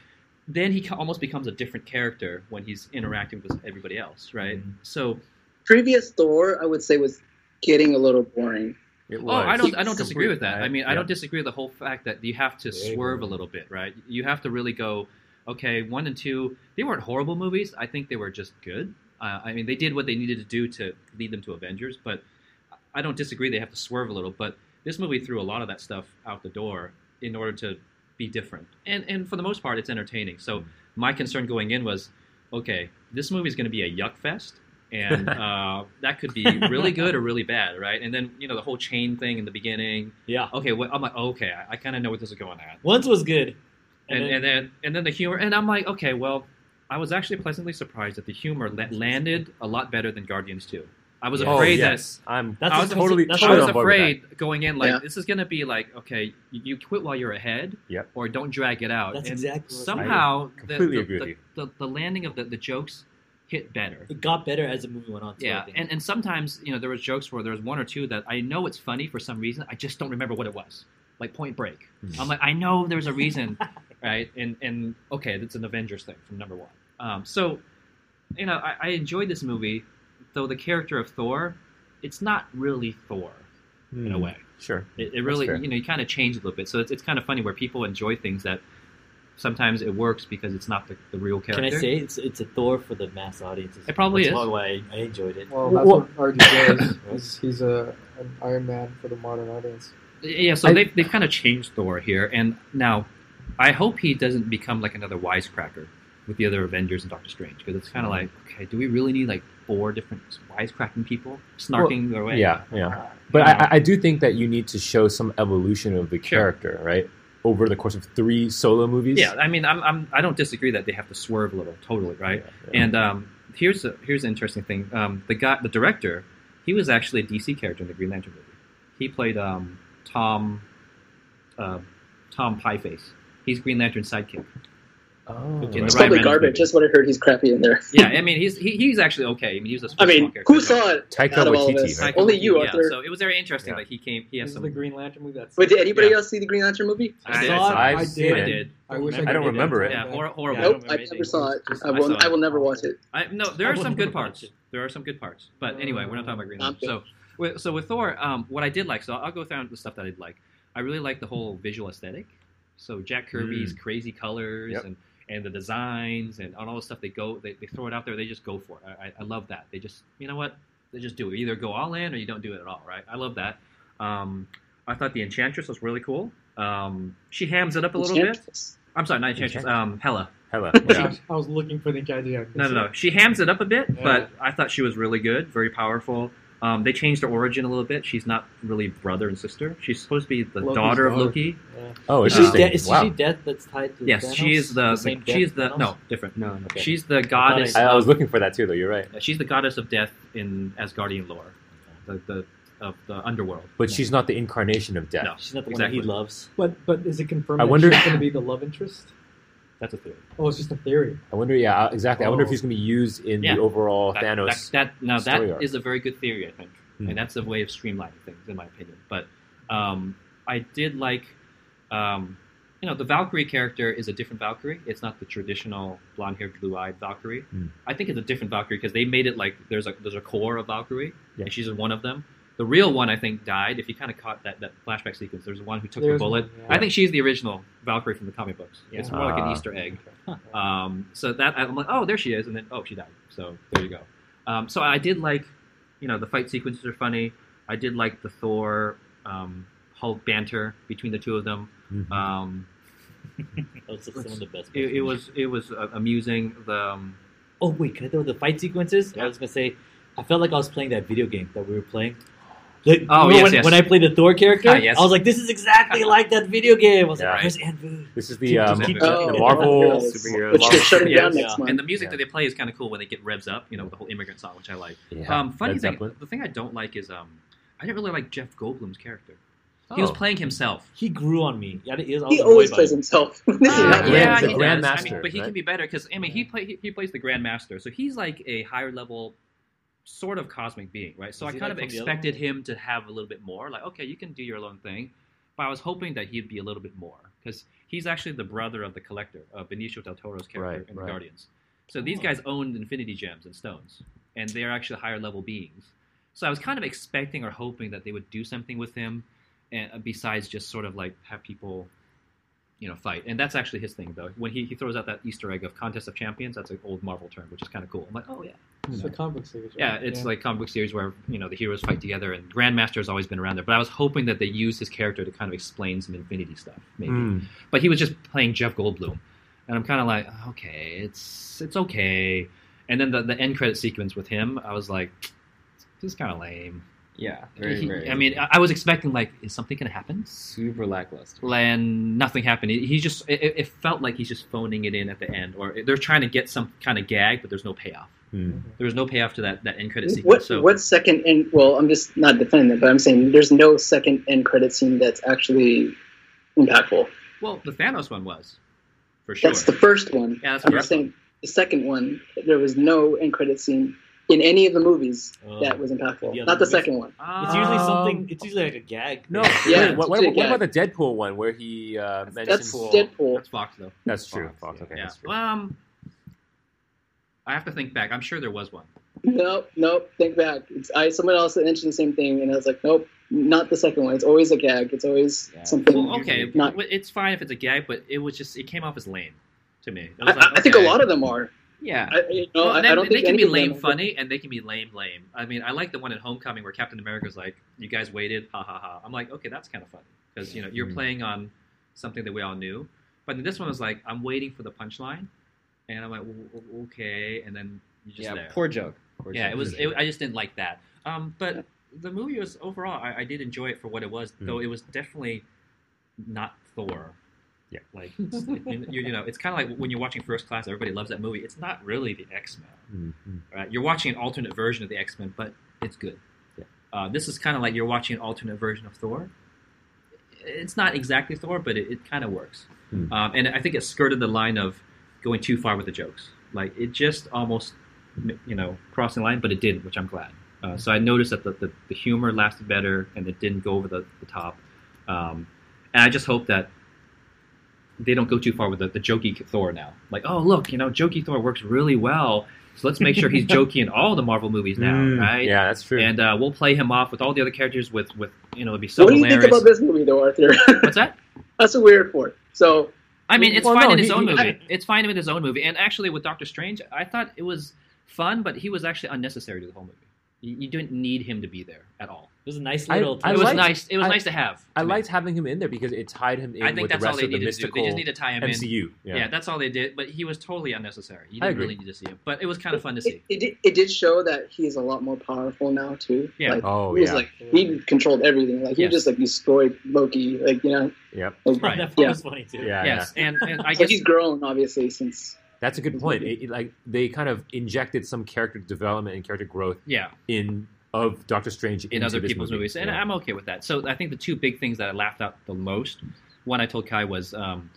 S6: then he ca- almost becomes a different character when he's interacting with everybody else, right? So
S1: Previous Thor, I would say, was getting a little boring.
S4: It
S6: Oh,
S4: was.
S6: I don't. I don't disagree with that.
S4: Right?
S6: I mean, I
S4: Yeah.
S6: don't disagree with the whole fact that you have to
S3: Very
S6: swerve
S3: good.
S6: a little bit, right? You have to really go. Okay, one and two. They weren't horrible movies. I think they were just good. Uh, I mean, they did what they needed to do to lead them to Avengers, but I don't disagree. They have to swerve a little, but this movie threw a lot of that stuff out the door in order to be different. And and for the most part, it's entertaining. So my concern going in was, okay, this movie is going to be a yuck fest, and uh, that could be really good or really bad, right? And then you know the whole chain thing in the beginning.
S3: Yeah.
S6: Okay, well, I'm like, oh, okay, I, I kind of know what this is going at,
S3: Once was good.
S6: and and then and then the humor, and I'm like, okay, well, I was actually pleasantly surprised that the humor la- landed a lot better than Guardians Two. I was
S3: Yeah.
S4: Oh,
S6: afraid that
S4: yes. I'm
S3: That's
S6: I
S3: what
S6: was
S3: I'm
S4: totally.
S3: saying. That's
S6: I
S3: Sure,
S4: totally
S6: was
S4: on board with that.
S6: afraid going in like
S1: Yeah.
S6: this is gonna be like okay you, you quit while you're ahead
S4: Yep.
S6: or don't drag it out
S3: That's
S6: and
S3: exactly what I
S6: somehow the,
S4: completely
S6: the-
S4: agree
S6: the,
S4: with you.
S6: the, the landing of the, the jokes hit better
S3: it got better as the movie went on. Too, I
S6: yeah
S3: think.
S6: and, and sometimes you know there was jokes where there was one or two that I know it's funny for some reason I just don't remember what it was like Point Break
S4: Hmm.
S6: I'm like I know there's a reason right and and okay that's an Avengers thing from number one um, so you know I, I enjoyed this movie though the character of Thor it's not really Thor in a way.
S4: Sure.
S6: It, it really,
S4: Hmm. fair.
S6: you know, you kind of change a little bit. So it's, it's kind of funny where people enjoy things that sometimes it works because it's not the, the real character.
S3: Can I say it's it's a Thor for the mass audience?
S6: It probably
S3: That's
S6: is.
S3: Why I, I enjoyed it.
S5: Well, that's
S4: Well-
S5: what RDJ is. He's, he's a an Iron Man for the modern audience.
S6: Yeah, so
S5: I-
S6: they've, they've kind of changed Thor here. And now I hope he doesn't become like another wisecracker with the other Avengers and Doctor Strange because it's kind of like, okay, do we really need like four different wisecracking people snarking their way? uh,
S4: Yeah, yeah. But I, I- I do think that you need to show some evolution of the
S6: Sure.
S4: character, right? Over the course of three solo movies.
S6: Yeah, I mean, I'm, I'm, I don't disagree that they have to swerve a little, totally, right? And um, here's a, here's an interesting thing. Um, the guy, the director, he was actually a DC character in the Green Lantern movie. He played um, Tom uh, Tom Pieface. He's Green Lantern's sidekick.
S4: oh,
S6: in
S1: It's
S6: the Ryan
S1: probably
S6: Reynolds
S1: garbage.
S6: movie.
S1: Just what I heard. He's crappy in there.
S6: Yeah, I mean, he's he, he's actually okay. I mean, he was a
S1: I mean,
S6: small
S1: who
S6: character.
S1: saw it?
S4: Taika
S1: Out of all of
S4: Waititi,
S1: this.
S4: right?
S1: Only you,
S6: yeah,
S1: Arthur.
S6: So it was very interesting
S4: Yeah.
S6: that he came. He has
S5: This is
S6: some.
S5: the Green Lantern movie. That's
S1: Wait, did anybody
S6: Yeah.
S1: else see the Green Lantern movie?
S6: I
S3: saw it.
S5: I
S4: I've
S5: did.
S4: seen
S6: I
S4: it.
S6: did.
S5: I wish
S4: I don't remember it.
S6: Yeah, hor- horrible.
S3: I don't
S1: Nope, I
S3: remember
S1: never
S3: anything.
S1: saw it.
S6: Just-
S1: I
S6: I
S1: will.
S6: saw it.
S1: I will never watch it.
S6: I, no, there are
S3: I
S6: some
S3: wouldn't
S6: good
S3: watch
S6: parts.
S3: it.
S6: There are some good parts. But anyway, we're not talking about Green
S1: I'm
S6: Lantern. So, with- so with Thor, um, what I did like, so I'll go through the stuff that I did like. I really like the whole visual aesthetic. So Jack Kirby's crazy colors
S4: Yep.
S6: and, and the designs and on all the stuff they go, they, they throw it out there. They just go for it. I, I- I love that. They just, you know what? They just do it. Either go all in or you don't do it at all, right? I love that. Um, I thought the Enchantress was really cool. Um, she hams it up a little bit.
S1: Enchantress.
S6: I'm sorry, not Enchantress. Um, Hela.
S4: Hella.
S5: Yeah.
S4: Yeah.
S5: I was looking for the idea.
S6: No, no, no. She hams it up a bit,
S5: Yeah.
S6: but I thought she was really good, very powerful. Um, they changed her origin a little bit. She's not really brother and sister. She's supposed to be the
S5: Loki's
S6: daughter of
S5: daughter.
S6: Loki.
S4: Oh,
S3: Is she,
S4: interesting.
S6: Um,
S3: de- is
S4: wow.
S3: she death that's tied to
S6: Yes,
S3: Thanos?
S6: she is the,
S3: same
S6: the she's
S3: death
S6: the
S3: Thanos?
S6: no different.
S3: No, okay.
S6: She's the goddess.
S4: I, I was
S6: Of,
S4: looking for that too, though. You're right.
S6: she's the goddess of death in Asgardian lore, the, the of the underworld.
S4: But she's not the incarnation of death.
S6: No.
S3: she's not the
S6: Exactly.
S3: one he loves.
S5: But but is it confirmed?
S4: I
S5: that
S4: wonder-
S5: she's going to be the love interest.
S6: that's a theory.
S5: Oh, it's just a theory.
S4: I wonder. Yeah, I- exactly. I wonder if
S5: Oh.
S4: he's going to be used in
S6: Yeah.
S4: the overall
S6: That,
S4: Thanos.
S6: that, that now that
S4: story
S6: is
S4: arc.
S6: a very good theory, I think,
S4: Hmm.
S6: and that's a way of streamlining things, in my opinion. But um, I did like, um, you know, the Valkyrie character is a different Valkyrie. It's not the traditional blonde-haired, blue-eyed Valkyrie.
S4: Hmm.
S6: I think it's a different Valkyrie because they made it like there's a there's a core of Valkyrie,
S4: Yeah.
S6: and she's one of them. The real one, I think, died. If you kind of caught that, that flashback sequence, there's one who took
S5: There's
S6: the bullet.
S5: one, yeah.
S6: I think she's the original Valkyrie from the comic books. It's more like an
S4: Ah.
S6: Easter egg. Um, so that I'm like, oh, there she is, and then oh, she died. So there you go. Um, so I did like, you know, the fight sequences are funny. I did like the Thor um, Hulk banter between the two of them.
S4: Mhm.
S6: Um,
S3: That was some of the best.
S6: it, it was it was uh, amusing. The um,
S3: Oh wait, can I throw the fight sequences? I was gonna say I felt like I was playing that video game that we were playing. Like,
S6: Oh,
S3: remember
S6: yes,
S3: when,
S6: yes.
S3: when I played the Thor character,
S6: Ah, yes.
S3: I was like, "This is exactly like that video game." I was
S4: Yeah.
S3: like, "Where's Andrew?"
S4: This is the, um,
S6: Keep- keep-
S1: Oh,
S4: the
S1: yeah.
S4: Marvel
S1: Superheroes,
S4: superhero.
S1: which
S4: Marvel-
S1: they're shutting down
S3: Yeah.
S1: next month.
S6: And the music
S4: Yeah.
S6: that they play is kind of cool when they get revs up. You know, with the whole immigrant song, which I like.
S4: Yeah.
S6: um, funny
S4: Led
S6: thing,
S4: Zeppelin.
S6: the thing I don't like is um, I didn't really like Jeff Goldblum's character. He was
S4: Oh.
S6: playing himself.
S3: He grew on me. Yeah, he, is- I was
S1: he
S3: annoyed
S1: always
S3: by
S1: plays
S3: him.
S1: himself. This is
S4: Yeah,
S1: not bad.
S4: yeah, he's a
S6: Uh, he
S4: grand-
S6: does. I mean,
S4: grandmaster,
S6: but he
S4: right?
S6: can be better because I mean, he play, he, he plays the grandmaster, so he's like a higher level, sort of cosmic being, right? So
S3: Is
S6: I
S3: he
S6: kind
S3: like
S6: of
S3: from the other
S6: expected
S3: one?
S6: him to have a little bit more. Like, okay, you can do your own thing, but I was hoping that he'd be a little bit more because he's actually the brother of the Collector, uh, Benicio del Toro's character
S4: Right,
S6: in
S4: right. Oh.
S6: the Guardians. So these guys owned Infinity Gems and Stones, and they are actually higher level beings. So I was kind of expecting or hoping that they would do something with him, and uh, besides just sort of like have people, you know, fight. And that's actually his thing, though. When he, he throws out that Easter egg of Contest of Champions, that's an old Marvel term, which is kind of cool. I'm like, oh yeah,
S5: It's the comic series.
S6: yeah. It's like comic book series where you know the heroes fight together, and Grandmaster has always been around there. But I was hoping that they use his character to kind of explain some Infinity stuff, maybe
S4: Mm.
S6: but he was just playing Jeff Goldblum, and I'm kind of like, okay, it's it's okay. And then the, the end credit sequence with him, I was like, this is kind of lame.
S2: Yeah, very,
S6: He-
S2: very.
S6: I mean, I, I was expecting like, is something gonna happen?
S2: super lackluster.
S6: And nothing happened. He, he just it, it- it felt like he's just phoning it in at the end, or they're trying to get some kind of gag, but there's no payoff.
S4: Mm.
S6: There was no payoff to that that end credit sequence.
S1: What
S6: so
S1: what second end? Well, I'm just not defending it, but I'm saying there's no second end credit scene that's actually impactful.
S6: well, the Thanos one was for sure.
S1: That's the first one.
S6: yeah, that's
S1: I'm
S6: what
S1: just saying the second one. There was no end credit scene in any of the movies
S3: Oh.
S1: that was impactful.
S3: The other
S1: not the
S3: movies?
S1: second one.
S3: It's usually
S6: Oh.
S4: Um,
S3: something. It's usually like a gag.
S4: No,
S3: thing.
S1: Yeah,
S4: wait, what, what,
S1: it's a
S4: what
S1: gag.
S4: about the Deadpool one where he uh, mentions
S1: That's
S6: Deadpool.
S1: Deadpool.
S6: that's Fox though.
S4: That's true.
S2: Fox,
S4: Fox,
S2: yeah.
S4: okay,
S6: Yeah.
S4: that's true.
S6: Well, um, I have to think back. I'm sure there was one.
S1: Nope, nope. Think back. It's, I someone else had mentioned the same thing, and I was like, nope, not the second one. It's always a gag. It's always
S2: Yeah.
S1: something.
S6: Well, okay,
S1: Not-
S6: w- it's fine if it's a gag, but it was just it came off as lame to me. It
S1: I,
S6: was like,
S1: I think a
S6: okay.
S1: lot of them are.
S2: Yeah.
S1: I, you know,
S6: Well,
S1: I,
S6: then
S1: I don't
S6: they
S1: think
S6: can
S1: any
S6: be
S1: of them
S6: lame
S1: are-
S6: funny and they can be lame lame. I mean, I like the one in Homecoming where Captain America's like, "You guys waited, ha ha ha." I'm like, okay, that's kind of funny because you know
S1: Mm-hmm.
S6: you're
S4: Mm.
S6: playing on something that we all knew. But then this one was like, I'm waiting for the punchline, and I'm like, w- w- okay, and then you just
S2: yeah,
S6: there.
S2: poor joke. Poor
S6: yeah,
S2: joke.
S6: it was. It, I just didn't like that. Um, but the movie was overall, I, I did enjoy it for what it was,
S4: Hmm.
S6: though it was definitely not Thor.
S4: Yeah.
S6: like it's- you, you know, it's kind of like when you're watching First Class. Everybody loves that movie. It's not really the X Men.
S4: Mm-hmm.
S6: Right? You're watching an alternate version of the X Men, but it's good.
S4: Yeah.
S6: Uh, this is kind of like you're watching an alternate version of Thor. It's not exactly Thor, but it, it kind of works.
S4: Hmm.
S6: Um, and I think it skirted the line of going too far with the jokes. Like it just almost, you know, crossing the line, but it didn't, which I'm glad. Uh, so I noticed that the, the, the humor lasted better and it didn't go over the, the top. Um, and I just hope that they don't go too far with the, the jokey Thor now. Like, oh, look, you know, jokey Thor works really well. So let's make sure he's jokey in all the Marvel movies now, right?
S4: Mm, Yeah, that's true.
S6: And uh, we'll play him off with all the other characters with, with you know, it'd be so
S1: What do you
S6: hilarious.
S1: think about this movie, though, Arthur?
S6: What's that?
S1: That's a weird part. So
S6: I mean, it's
S4: Well,
S6: fine
S4: no,
S6: in his
S4: he-
S6: own
S4: he-
S6: movie. It's fine in his own movie. And actually, with Doctor Strange, I thought it was fun, but he was actually unnecessary to the whole movie. You, you didn't need him to be there at all.
S3: It was a nice
S4: I-
S3: little.
S4: I
S6: it
S3: touch.
S6: was
S4: liked-
S6: nice. It was
S4: I-
S6: nice to have.
S4: I
S6: mean,
S4: liked having him in there because it tied him in
S6: I think
S4: with the
S6: that's all
S4: rest
S6: they
S4: of the
S6: needed to do.
S4: mystical
S6: They just need to tie him in.
S4: MCU.
S6: Yeah. that's all they did. But he was totally unnecessary. You
S4: I
S6: didn't
S4: agree.
S6: really need to see him. But it was kind of fun to see.
S1: it, it, did, it did show that he's a lot more powerful now too.
S6: Yeah.
S1: Like,
S4: Oh
S1: he was
S4: yeah.
S1: like he controlled everything. Like he
S6: Yes.
S1: just like destroyed Loki. Like you know,
S4: yep.
S1: like,
S6: Right.
S3: that
S1: yeah.
S3: was funny too.
S4: Yeah, yeah.
S6: yes, and, and I
S1: so
S6: guess
S1: he's grown obviously since.
S4: That's a good point. It, it, like they kind of injected some character development and character growth
S6: yeah,
S4: in of Doctor Strange
S6: in
S4: into
S6: other
S4: this
S6: people's
S4: movie.
S6: movies, and
S4: Yeah.
S6: I'm okay with that. So I think the two big things that I laughed out the most, one I told Kai was um,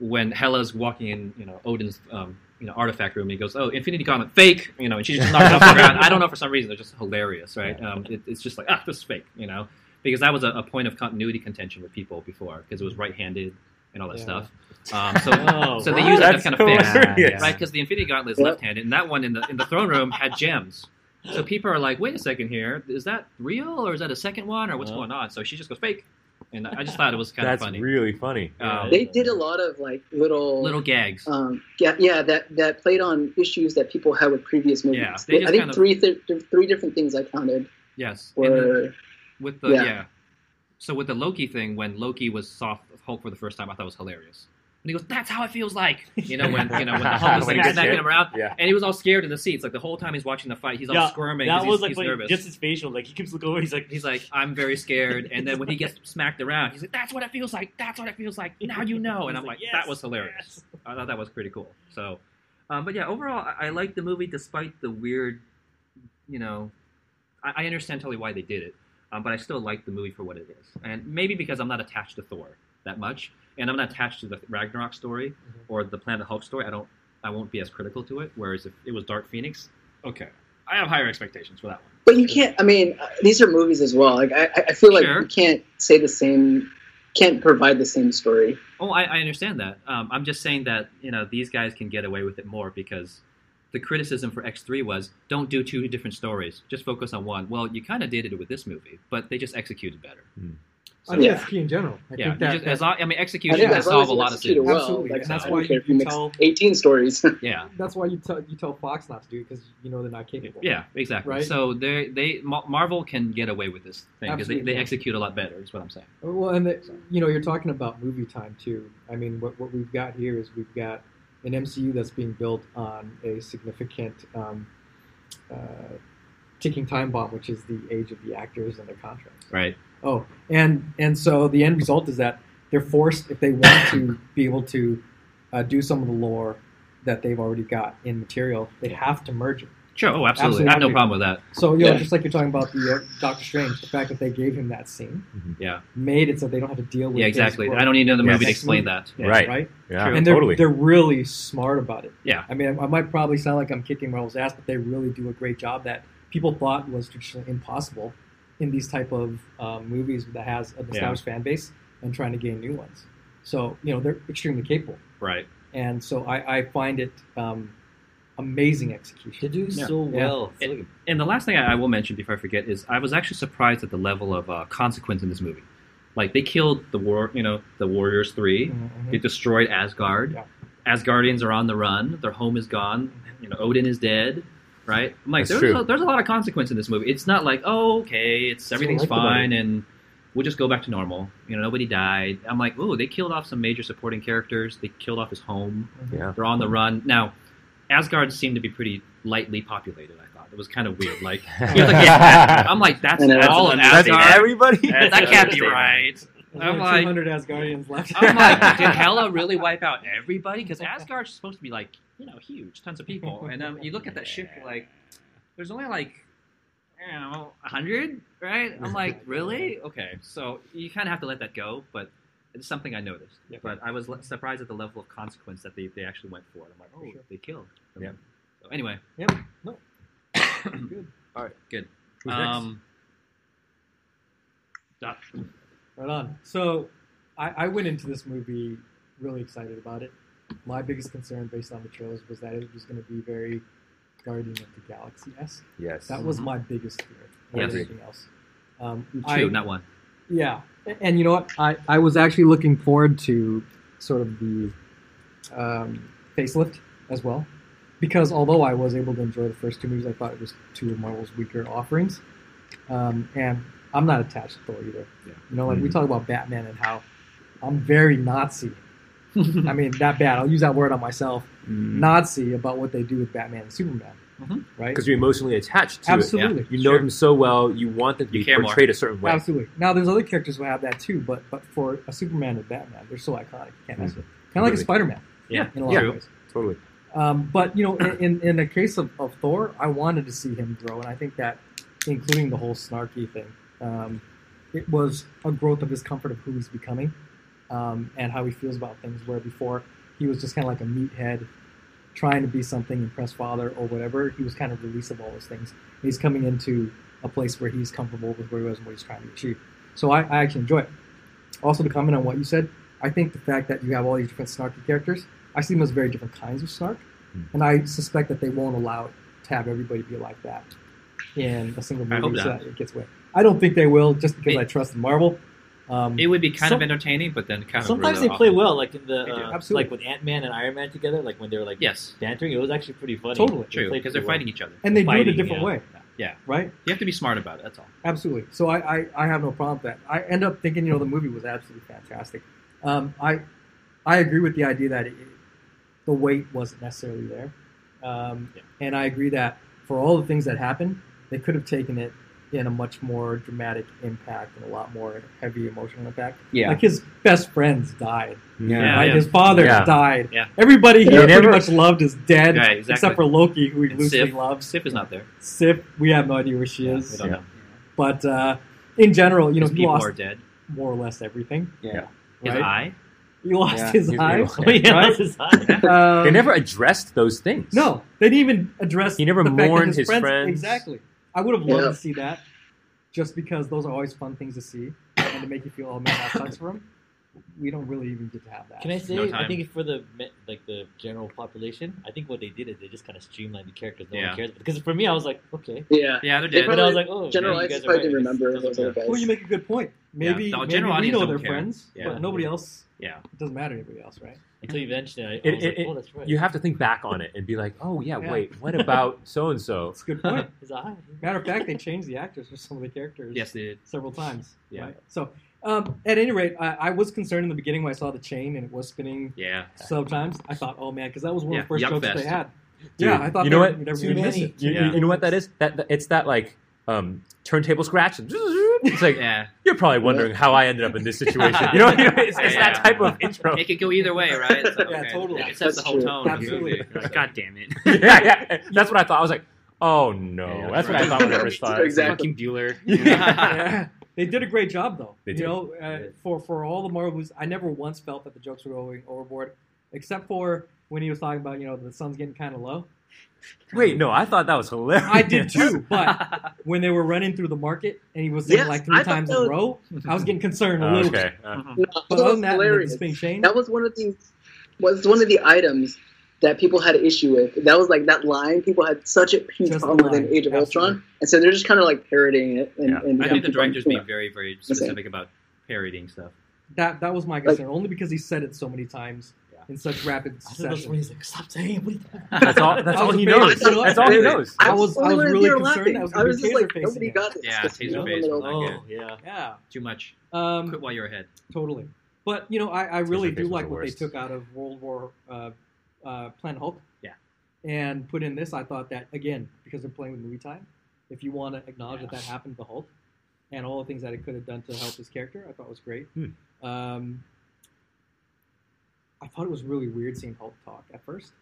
S6: when Hela's walking in, you know, Odin's. Um, you know, artifact room. And he goes, "Oh, Infinity Gauntlet, fake!" You know, and she just knocks it off the ground. I don't know for some reason they're just hilarious, right? Um, it, it's just like, ah, this is fake, you know, because that was a, a point of continuity contention with people before because it was right-handed and all that
S5: Yeah.
S6: stuff. Um, so,
S3: Oh,
S6: so they
S3: wow.
S6: use that
S4: That's
S6: kind of fix.
S4: hilarious.
S6: right? Because the Infinity Gauntlet is
S1: Yeah.
S6: left-handed, and that one in the in the throne room had gems. So people are like, "Wait a second here, is that real or is that a second one or what's
S3: Uh-huh.
S6: going on?" So she just goes fake, and I just thought it was kind
S4: That's
S6: of funny.
S4: really funny.
S6: Um,
S1: They did a lot of like little
S6: little gags.
S1: Um, yeah, yeah, that that played on issues that people had with previous movies.
S6: Yeah, they
S1: I
S6: just
S1: think
S6: kind of-
S1: three th- three different things I counted
S6: yes, And the-
S1: were
S6: with the yeah.
S1: Yeah.
S6: So with the Loki thing, when Loki was soft Hulk for the first time, I thought it was hilarious And he goes, "That's how it feels like." You know when you know when the Hulk
S4: When he
S6: was
S4: gets
S6: smacking
S4: hit.
S6: him around,
S4: Yeah.
S6: and he was all scared in the seats. Like the whole time he's watching the fight, he's all
S3: Yeah,
S6: squirming.
S3: that
S6: 'cause
S3: was
S6: he's,
S3: like
S6: he's
S3: when-
S6: nervous.
S3: just his facial. Like he keeps looking over. He's like
S6: He's like, I'm very scared. And then when he gets smacked around, he's like, that's what it feels like. That's what it feels like. Now you know. And
S3: He's
S6: I'm like,
S3: "Yes,
S6: that was hilarious.
S3: yes."
S6: I thought that was pretty cool. So, um, but yeah, overall, I, I like the movie despite the weird, you know, I, I understand totally why they did it. Um, but I still like the movie for what it is. And maybe because I'm not attached to Thor that much. And I'm not attached to the Ragnarok story
S3: Mm-hmm.
S6: or the Planet Hulk story. I don't, I won't be as critical to it. Whereas if it was Dark Phoenix, okay. I have higher expectations for that one.
S1: But you can't. I mean, uh, these are movies as well. Like I, I- I feel like
S6: Sure.
S1: you can't say the same, can't provide the same story.
S6: Oh, I, I understand that. Um, I'm just saying that you know these guys can get away with it more because the criticism for X3 was don't do two different stories, just focus on one. Well, you kind of did it with this movie, but they just executed better.
S5: I think
S1: Yeah.
S5: that's key E in general. I
S6: yeah,
S5: think
S6: you
S5: that,
S6: just-
S5: that-
S6: as long, I mean,
S1: I
S6: execution
S1: think
S5: Yeah.
S6: can
S1: as long as
S6: solve a
S1: you
S6: lot of
S1: execute
S6: things.
S1: it well,
S5: Absolutely,
S1: like,
S5: and that's
S1: I
S5: why
S1: don't care
S5: you,
S1: if you mix
S5: tell
S1: eighteen stories.
S6: Yeah,
S5: that's why you tell you tell Fox not to do because you know they're not capable.
S6: yeah, exactly.
S5: Right?
S6: So they they Ma- Marvel can get away with this thing because they,
S5: Absolutely.
S6: they execute a lot better. Is what I'm saying.
S5: Well, and the, you know, you're talking about movie time too. I mean, what what we've got here is we've got an MCU that's being built on a significant um, uh, ticking time bomb, which is the age of the actors and their contracts.
S6: Right.
S5: Oh, and and so the end result is that they're forced if they want to be able to uh, do some of the lore that they've already got in material, they have to merge it.
S6: Sure. Oh, absolutely. I have no
S5: Absolutely.
S6: problem with that.
S5: So you know,
S1: Yeah.
S5: just like you're talking about the uh, Doctor Strange, the fact that they gave him that scene
S6: Mm-hmm. Yeah.
S5: made it so they don't have to deal with
S6: Yeah.
S5: his
S6: Exactly.
S5: work,
S6: I don't need another
S4: Yes.
S6: movie to explain that.
S4: Right.
S5: right?
S4: Yeah.
S6: True.
S5: and they're
S4: totally.
S5: they're really smart about it.
S6: Yeah.
S5: I mean, I, I might probably sound like I'm kicking Marvel's ass, but they really do a great job that people thought was traditionally impossible in these type of um, movies that has an established fan base and trying to gain new ones. So you know they're extremely capable,
S6: Right.
S5: and so I, I find it um, amazing
S3: They
S5: execution.
S3: do
S6: Yeah.
S3: so
S5: Yeah.
S3: well.
S6: It- And the last thing I, I will mention before I forget is I was actually surprised at the level of uh, consequence in this movie. Like they killed the war, you know, the Warriors 3 They destroyed Asgard.
S5: Yeah.
S6: Asgardians are on the run. Their home is gone. You know, Odin is dead. Right? I'm like,
S4: That's
S6: there's
S4: true.
S6: a, there's a lot of consequence in this movie. It's not like, oh, okay, it's
S5: what I
S6: everything's
S5: liked about
S6: fine and we'll just go back to normal. You know, nobody died. I'm like, oh, they killed off some major supporting characters. They killed off his home.
S4: yeah.
S6: They're on the run now. Asgard seemed to be pretty lightly populated. I thought it was kind of weird. Like, you're looking at- I'm like, that's
S1: And that's
S6: all of
S2: an understatement.
S6: Asgard.
S4: everybody.
S6: That can't be right. I'm like-
S5: Two hundred Asgardians left.
S6: I'm like, Oh did Hela really wipe out everybody? Because Asgard's supposed to be like, you know, huge, tons of people. And um, you look at that ship, you're like, there's only like, you know, hundred, right? I'm like, really? Okay. So you kind of have to let that go, but it's something I noticed.
S5: Yeah.
S6: But I was le- surprised at the level of consequence that they, they actually went for. it. I'm like,
S5: For
S6: oh,
S5: sure.
S6: they killed.
S4: Yeah.
S6: So anyway.
S5: Yep. No.
S6: Good. All right. Good.
S4: Who's next?
S6: um, Doc.
S5: Right on. So, I, I went into this movie really excited about it. My biggest concern, based on the trailers, was that it was going to be very Guardian of the Galaxy esque.
S4: yes.
S5: That was my biggest fear. more
S6: Yes.
S5: than Anything else. Um,
S6: Two,
S5: I-
S6: not one.
S5: yeah, A- and you know what? I, I was actually looking forward to sort of the um, facelift as well, because although I was able to enjoy the first two movies, I thought it was two of Marvel's weaker offerings, um, and I'm not attached to Thor either.
S6: Yeah.
S5: You know, like
S4: Mm-hmm.
S5: we talk about Batman and how I'm very Nazi. I mean, that bad. I'll use that word on myself.
S4: Mm-hmm.
S5: Nazi about what they do with Batman and Superman,
S6: Mhm.
S5: right?
S4: because you're emotionally attached to
S5: Absolutely.
S4: Mm-hmm. it. You know them so well. You want them to
S6: You
S4: be
S6: care more.
S4: portrayed a certain way.
S5: Absolutely. Now, there's other characters who have that too, but but for a Superman and Batman, they're so iconic. You can't mess with. Kind of like a
S4: Really.
S5: Spider-Man
S6: Yeah.
S5: in a lot
S4: Yeah.
S5: of ways.
S4: Totally.
S5: Um, but you know, in, in in the case of, of Thor, I wanted to see him grow, and I think that, including the whole snarky thing, um, it was a growth of his comfort of who he's becoming, um, and how he feels about things. Where before he was just kind of like a meathead, trying to be something, impress father or whatever. He was kind of released of all those things. He's coming into a place where he's comfortable with where he was and what he's trying to achieve. So I, I actually enjoy it. Also, to comment on what you said, I think the fact that you have all these different snarky characters, I see them as very different kinds of snark,
S4: Hmm.
S5: and I suspect that they won't allow to have everybody be like that in a single
S6: I hope
S5: movie. So
S6: not.
S5: that it gets away. I don't think they will, just because
S6: It-
S5: I trust in Marvel. Um,
S6: It would be kind
S3: Some-
S6: of entertaining, but then kind of
S3: Sometimes
S6: really
S3: they play
S6: awkward.
S3: well, like in the
S6: They do.
S3: uh,
S5: Absolutely.
S3: like with Ant Man and Iron Man together, like when they were like
S6: Yes,
S3: bantering. It was actually pretty funny.
S5: Totally.
S3: They
S6: true,
S3: played
S6: because they're
S3: pretty well.
S6: fighting each other.
S5: and they do it
S3: fighting,
S5: a different
S3: yeah.
S5: way,
S6: Yeah,
S5: right?
S6: you have to be smart about it. That's all.
S5: Absolutely. So I, I, I have no problem with that. I end up thinking, you know, the movie was absolutely fantastic. Um, I I agree with the idea that it, the weight wasn't necessarily there, um, and I agree that for all the things that happened, they could have taken it in a much more dramatic impact and a lot more heavy emotional impact.
S7: Yeah.
S5: like his best friends died.
S6: Yeah,
S5: right?
S6: yeah.
S5: His father
S4: Yeah.
S5: died.
S6: Yeah.
S5: Everybody he
S1: Yeah.
S5: pretty
S4: Never-
S5: much loved is dead,
S6: Yeah, exactly.
S5: except for Loki, who he
S6: And
S5: loosely
S6: Sif.
S5: loves.
S6: Sif is not there.
S5: Sif, we have no idea where she
S6: Yeah, we
S5: is.
S6: don't know.
S5: But uh, in general, you know, he
S6: His people
S5: lost
S6: are dead.
S5: more or less everything.
S7: Yeah.
S6: His
S5: right?
S6: eye.
S5: He lost
S7: Yeah,
S5: his
S4: he's
S5: eye.
S4: evil.
S3: Oh yeah,
S5: Right?
S3: that's his eye.
S5: Um,
S4: They never addressed those things.
S5: No, they didn't even address.
S4: He never
S5: the fact that
S4: mourned his friends.
S5: Exactly. I would have loved
S1: Yeah.
S5: to see that, just because those are always fun things to see and to make you feel, oh man, that sucks for him. We don't really even get to have that.
S3: Can I say?
S6: No
S3: I
S6: time.
S3: think for the me- like the general population, I think what they did is they just kind of streamlined the characters. No
S6: Yeah.
S3: one cares because for me, I was like, okay,
S1: Yeah.
S6: Yeah, they're
S1: They
S6: dead.
S3: but I
S1: probably-
S3: was like, oh,
S1: General
S3: man,
S1: Isis
S3: you guys are
S1: probably
S3: right.
S1: didn't
S3: This
S1: remember
S3: doesn't
S1: those other
S3: matter.
S1: guys.
S5: Well, you make a good point. Maybe,
S6: Yeah, the
S5: maybe
S6: general
S5: we
S6: audience
S5: know
S6: don't
S5: their
S6: care.
S5: friends,
S6: Yeah.
S5: but nobody else.
S6: Yeah.
S5: it doesn't matter to anybody else, right?
S3: Until you mentioned it,
S4: It-
S3: I, I was
S4: it-
S3: like,
S4: it-
S3: oh, that's right.
S4: You have to think back on it and be like, oh yeah,
S5: Yeah.
S4: wait, what about so and so?
S5: It's a good point.
S3: His eye.
S5: Matter of fact, they changed the actors for some of the characters.
S6: yes, they did.
S5: several times.
S6: Yeah.
S5: right? So, um, at any rate, I, I was concerned in the beginning when I saw the chain and it was spinning
S6: Yeah.
S5: sometimes. I thought, oh man, because that was one of
S6: Yeah,
S5: the first
S6: Yuck
S5: jokes
S6: Fest.
S5: they had.
S4: Dude,
S5: yeah, I thought
S4: you know
S5: they
S4: what?
S5: would never
S7: Too many.
S5: gonna miss it.
S4: You, you-
S6: Yeah.
S4: you know what that is? That, that- it's that like um, turntable scratch. It's like
S6: Yeah.
S4: you're probably wondering how I ended up in this situation. You know, what I mean? it's, it's
S6: Yeah.
S4: that type of intro.
S6: It could go either way, right? It's like,
S5: Yeah,
S6: okay.
S5: totally.
S6: It sets the whole
S1: That's true.
S6: tone. of the
S5: Absolutely.
S6: movie.
S2: Like, God damn it.
S4: yeah, yeah, that's what I thought. I was like, oh no,
S6: Yeah,
S4: that's
S6: that's
S4: what I
S6: right.
S4: thought when I first thought.
S1: Exactly.
S2: Fucking Bueller.
S5: Yeah. They did a great job, though.
S4: They
S5: you
S4: did.
S5: know, uh, for for all the Marvel movies, I never once felt that the jokes were going overboard, except for when he was talking about, you know, the sun's getting kind of low.
S4: Wait, no, I thought that was hilarious.
S5: I did too, but when they were running through the market and he was saying
S1: Yes,
S5: like three
S1: I thought
S5: times
S1: that
S5: in
S1: was-
S5: a row, I was getting concerned a
S4: Oh,
S5: little bit.
S4: okay. Uh,
S1: No, that
S5: But other
S1: was
S5: than that,
S1: hilarious.
S5: the spinning chain,
S1: That was one of the was one of the items that people had issue with. That was like that line. People had such a huge
S5: Just the
S1: problem with in
S5: line,
S1: Age of Ultron,
S5: absolutely.
S1: and so they're just kind of like parroting it. And,
S4: Yeah.
S1: and
S6: I think the director's
S1: you know,
S6: being very, very specific about parodying stuff.
S5: That that was my concern, only because he said it so many times
S6: Yeah.
S5: in such rapid
S3: I said that's
S5: succession.
S3: when he's like, stop saying it. What are you talking about?"
S4: that's all. That's
S5: I
S4: all
S5: was
S4: he
S5: amazed.
S4: knows.
S1: I thought-
S4: That's all he
S1: I-
S4: knows.
S5: I was-
S1: the
S5: I
S1: only
S5: was
S1: one
S5: really
S1: there
S5: concerned.
S1: laughing.
S5: I
S1: I
S5: was
S1: was
S5: gonna
S1: just
S5: be
S1: like,
S5: taser-facing
S1: nobody
S5: him.
S1: got this.
S6: Yeah,
S1: Just, you
S6: taser
S1: know, in the
S6: face.
S1: middle.
S3: Oh yeah.
S5: Yeah,
S6: Too much. Quit
S5: um,
S6: while you're ahead.
S5: totally. But you know, I, I really
S4: Taser face
S5: do
S4: was
S5: like
S4: the
S5: what they
S4: worst.
S5: took out of World War uh, uh, Planet Hulk.
S6: Yeah.
S5: And put in this, I thought that again because they're playing with movie time. If you want to acknowledge that
S6: Yeah.
S5: that happened to Hulk, and all the things that it could have done to help his character, I thought was great.
S4: Hmm.
S5: Um, I thought it was really weird seeing Hulk talk at first.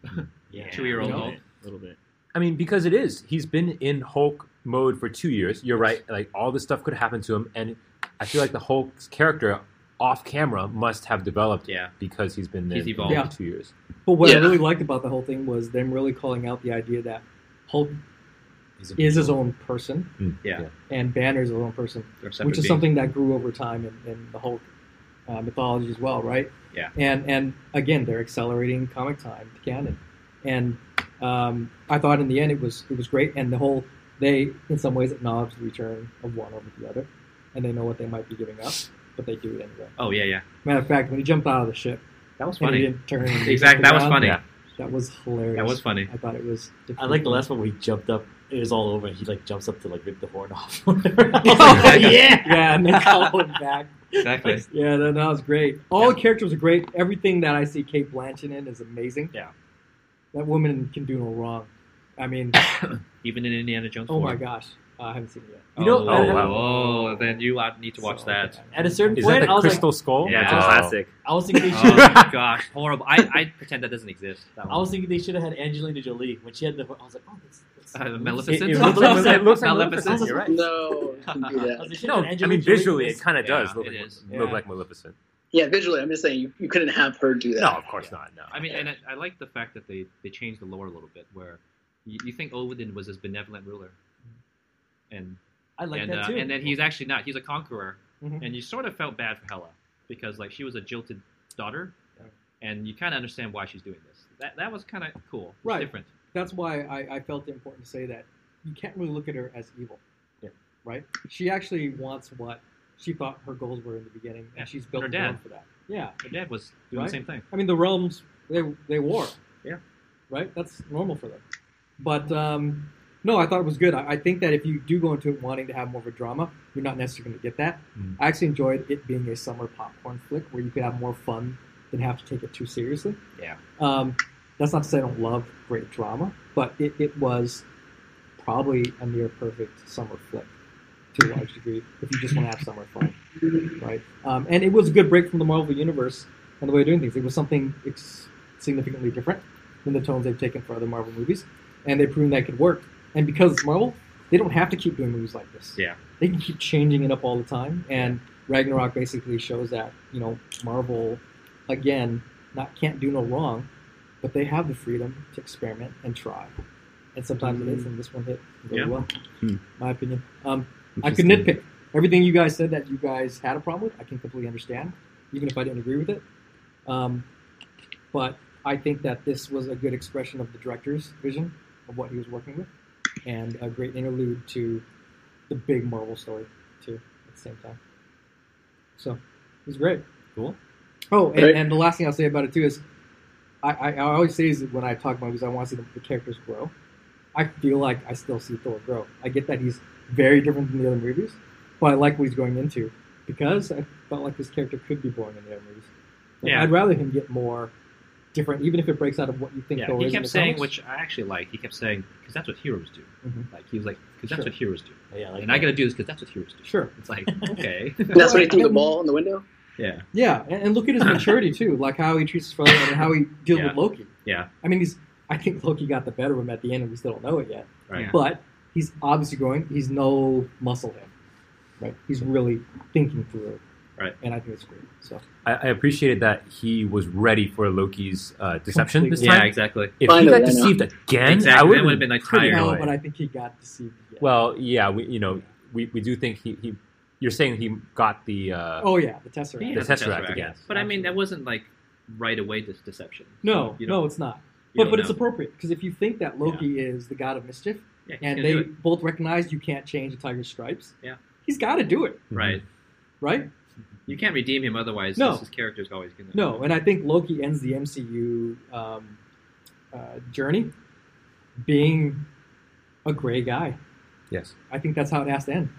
S3: Yeah.
S6: Two-year-old
S3: You know?
S6: Hulk.
S2: A little bit.
S4: I mean, because it is. He's been in Hulk mode for two years. You're right. Like all this stuff could happen to him, and I feel like the Hulk's character off camera must have developed
S6: Yeah.
S4: because he's been there
S6: He's evolved.
S5: Yeah.
S4: for two years.
S5: But what I
S1: Yeah.
S5: really liked about the whole thing was them really calling out the idea that Hulk
S4: He's
S5: is his own person
S6: Yeah.
S5: and Banner is his own person,
S6: Or separate
S5: which is
S6: being.
S5: something that grew over time in, in the Hulk uh, mythology as well, right?
S6: Yeah.
S5: And and again, they're accelerating comic time to canon, and um, I thought in the end it was it was great, and the whole they in some ways acknowledge the return of one over the other, and they know what they might be giving up, but they do it anyway.
S6: Oh yeah, yeah.
S5: Matter of fact, when he jumped out of the ship,
S6: That was
S5: and he
S6: funny.
S5: didn't turn. and he
S6: Exactly. That was
S5: jumped around,
S6: funny.
S4: Yeah.
S5: That was hilarious.
S6: That was funny.
S5: I thought it was.
S3: I like the last one where he jumped up. It was all over. and He like jumps up to like rip the horn off.
S5: Oh,
S3: yeah.
S5: Yeah, and they call him back.
S6: Exactly.
S5: Yeah, that, that was great. All the characters are great. Everything that I see Kate Blanchett in is amazing.
S3: Yeah.
S5: That woman can do no wrong. I mean,
S6: Even in Indiana Jones.
S5: oh my
S6: four.
S5: gosh. Uh, I haven't seen it yet.
S4: You know-
S6: Oh,
S4: Oh,
S6: oh, then you ought- need to watch
S5: So,
S6: that.
S5: okay.
S3: At a certain
S4: Is
S3: point,
S4: that
S3: I
S4: the
S3: was
S4: Crystal
S3: like,
S4: Skull?
S6: Yeah.
S4: Oh.
S2: Classic.
S3: I was thinking they
S6: Oh
S3: should.
S6: my gosh, horrible! I, I pretend that doesn't exist. That
S3: I
S6: one.
S3: was thinking they should have had Angelina Jolie when she had the. I was like, oh, that's. that's
S6: Uh,
S4: It,
S6: Maleficent.
S4: it looks like, it looks like
S6: Maleficent.
S4: Maleficent. You're right.
S1: No, you can do
S3: I
S1: that.
S3: was like, should
S4: No,
S3: have
S4: I
S3: Angelina
S4: mean
S3: Jolie
S4: visually,
S3: as-
S4: it kind of
S6: Yeah,
S4: does look,
S6: it
S4: like,
S6: is.
S4: look
S5: Yeah.
S4: like Maleficent.
S1: Yeah, visually, I'm just saying you, you couldn't have her do that.
S4: No, of course not. No,
S6: I mean, and I, I like the fact that they they changed the lore a little bit, where you, you think Odin was this benevolent ruler, and
S3: I like
S6: and,
S3: that too.
S6: Uh, and then he's actually not. He's a conqueror,
S5: Mhm.
S6: and you sort of felt bad for Hela because like she was a jilted daughter,
S5: Yeah.
S6: and you kind of understand why she's doing this. That that was kind of cool, It's
S5: Right.
S6: Different.
S5: That's why I, I felt it important to say that you can't really look at her as evil.
S3: Yeah.
S5: Right? She actually wants what she thought her goals were in the beginning,
S6: Yeah,
S5: and she's built
S6: her
S5: a realm
S6: dad.
S5: for that. Yeah.
S6: Her dad was doing
S5: Right.
S6: the same thing.
S5: I mean, the realms they they war.
S6: Yeah.
S5: Right. That's normal for them. But um, no, I thought it was good. I, I think that if you do go into it wanting to have more of a drama, you're not necessarily going to get that.
S4: Mm.
S5: I actually enjoyed it being a summer popcorn flick where you could have more fun than have to take it too seriously.
S3: Yeah.
S5: Um, that's not to say I don't love great drama, but it, it was probably a near perfect summer flick to a large degree if you just want to have summer fun, right? Um, and it was a good break from the Marvel universe and the way of doing things. It was something ex- significantly different than the tones they've taken for other Marvel movies, and they proved that could work. And because it's Marvel, they don't have to keep doing movies like this.
S3: Yeah.
S5: they can keep changing it up all the time. And Ragnarok basically shows that you know Marvel, again, not can't do no wrong, but they have the freedom to experiment and try. And sometimes it is, and this one hit really
S6: Yeah.
S5: well,
S2: Hmm.
S5: my opinion. Um, I could
S4: Interesting.
S5: nitpick everything you guys said that you guys had a problem with. I can completely understand, even if I didn't agree with it. Um, but I think that this was a good expression of the director's vision of what he was working with, and a great interlude to the big Marvel story too at the same time. So it was great.
S3: Cool.
S5: Oh, and,
S1: Great.
S5: and the last thing I'll say about it too is, I, I, I always say is that when I talk about movies, I want to see the, the characters grow. I feel like I still see Thor grow. I get that he's very different than the other movies, but I like what he's going into because I felt like this character could be born in the other movies. Like,
S6: Yeah.
S5: I'd rather him get more different, even if it breaks out of what you think
S6: Yeah,
S5: Thor
S6: he
S5: is. in
S6: kept
S5: the
S6: saying,
S5: comics.
S6: which I actually like. He kept saying, because that's what heroes do.
S5: Mhm.
S6: Like he was like, because that's
S5: Sure.
S6: what heroes do,
S3: Yeah, like
S6: and I got to do this because that's what heroes do.
S5: sure,
S6: It's like, okay,
S1: And that's when he threw the
S5: Yeah.
S1: ball in the window.
S6: yeah,
S5: yeah, and, and look at his maturity too, like how he treats his brother and how he deals
S6: Yeah.
S5: with Loki.
S6: Yeah.
S5: I mean, he's. I think Loki got the better of him at the end, and we still don't know it yet.
S6: right.
S2: Yeah.
S5: but he's obviously growing. He's no muscle head, right? He's really thinking through it,
S6: Right.
S5: And I think it's great. So
S4: I, I appreciated that he was ready for Loki's uh, deception this
S6: Yeah,
S4: time.
S6: exactly.
S4: If
S1: Finally,
S4: he got
S1: I know.
S4: deceived again,
S6: Exactly,
S4: I would
S6: that
S4: have
S6: would've
S4: been
S6: been, like,
S4: pretty
S6: tired.
S5: no,
S4: annoyed.
S5: but I think he got deceived. Again.
S4: Well, yeah, we you know we, we do think he, he you're saying he got the uh,
S5: oh yeah, the tesseract.
S6: Yeah,
S4: the
S6: that's
S4: Tesseract
S6: Tesseract.
S4: again.
S6: But I mean, that wasn't like right away this deception.
S5: No,
S6: You don't-
S5: no, it's not.
S6: you
S5: But
S6: don't
S5: but it's
S6: know.
S5: appropriate because if you think that Loki is the god of mischief,
S6: Yeah, he's
S5: and
S6: gonna
S5: they
S6: do it.
S5: both recognize you can't change the tiger's stripes,
S6: Yeah.
S5: he's got to do it,
S6: right.
S5: right?
S6: You can't redeem him otherwise.
S5: No.
S6: No. his character's always gonna
S5: No, and I think Loki ends the MCU um, uh, journey being a gray guy.
S4: yes,
S5: I think that's how it has to end.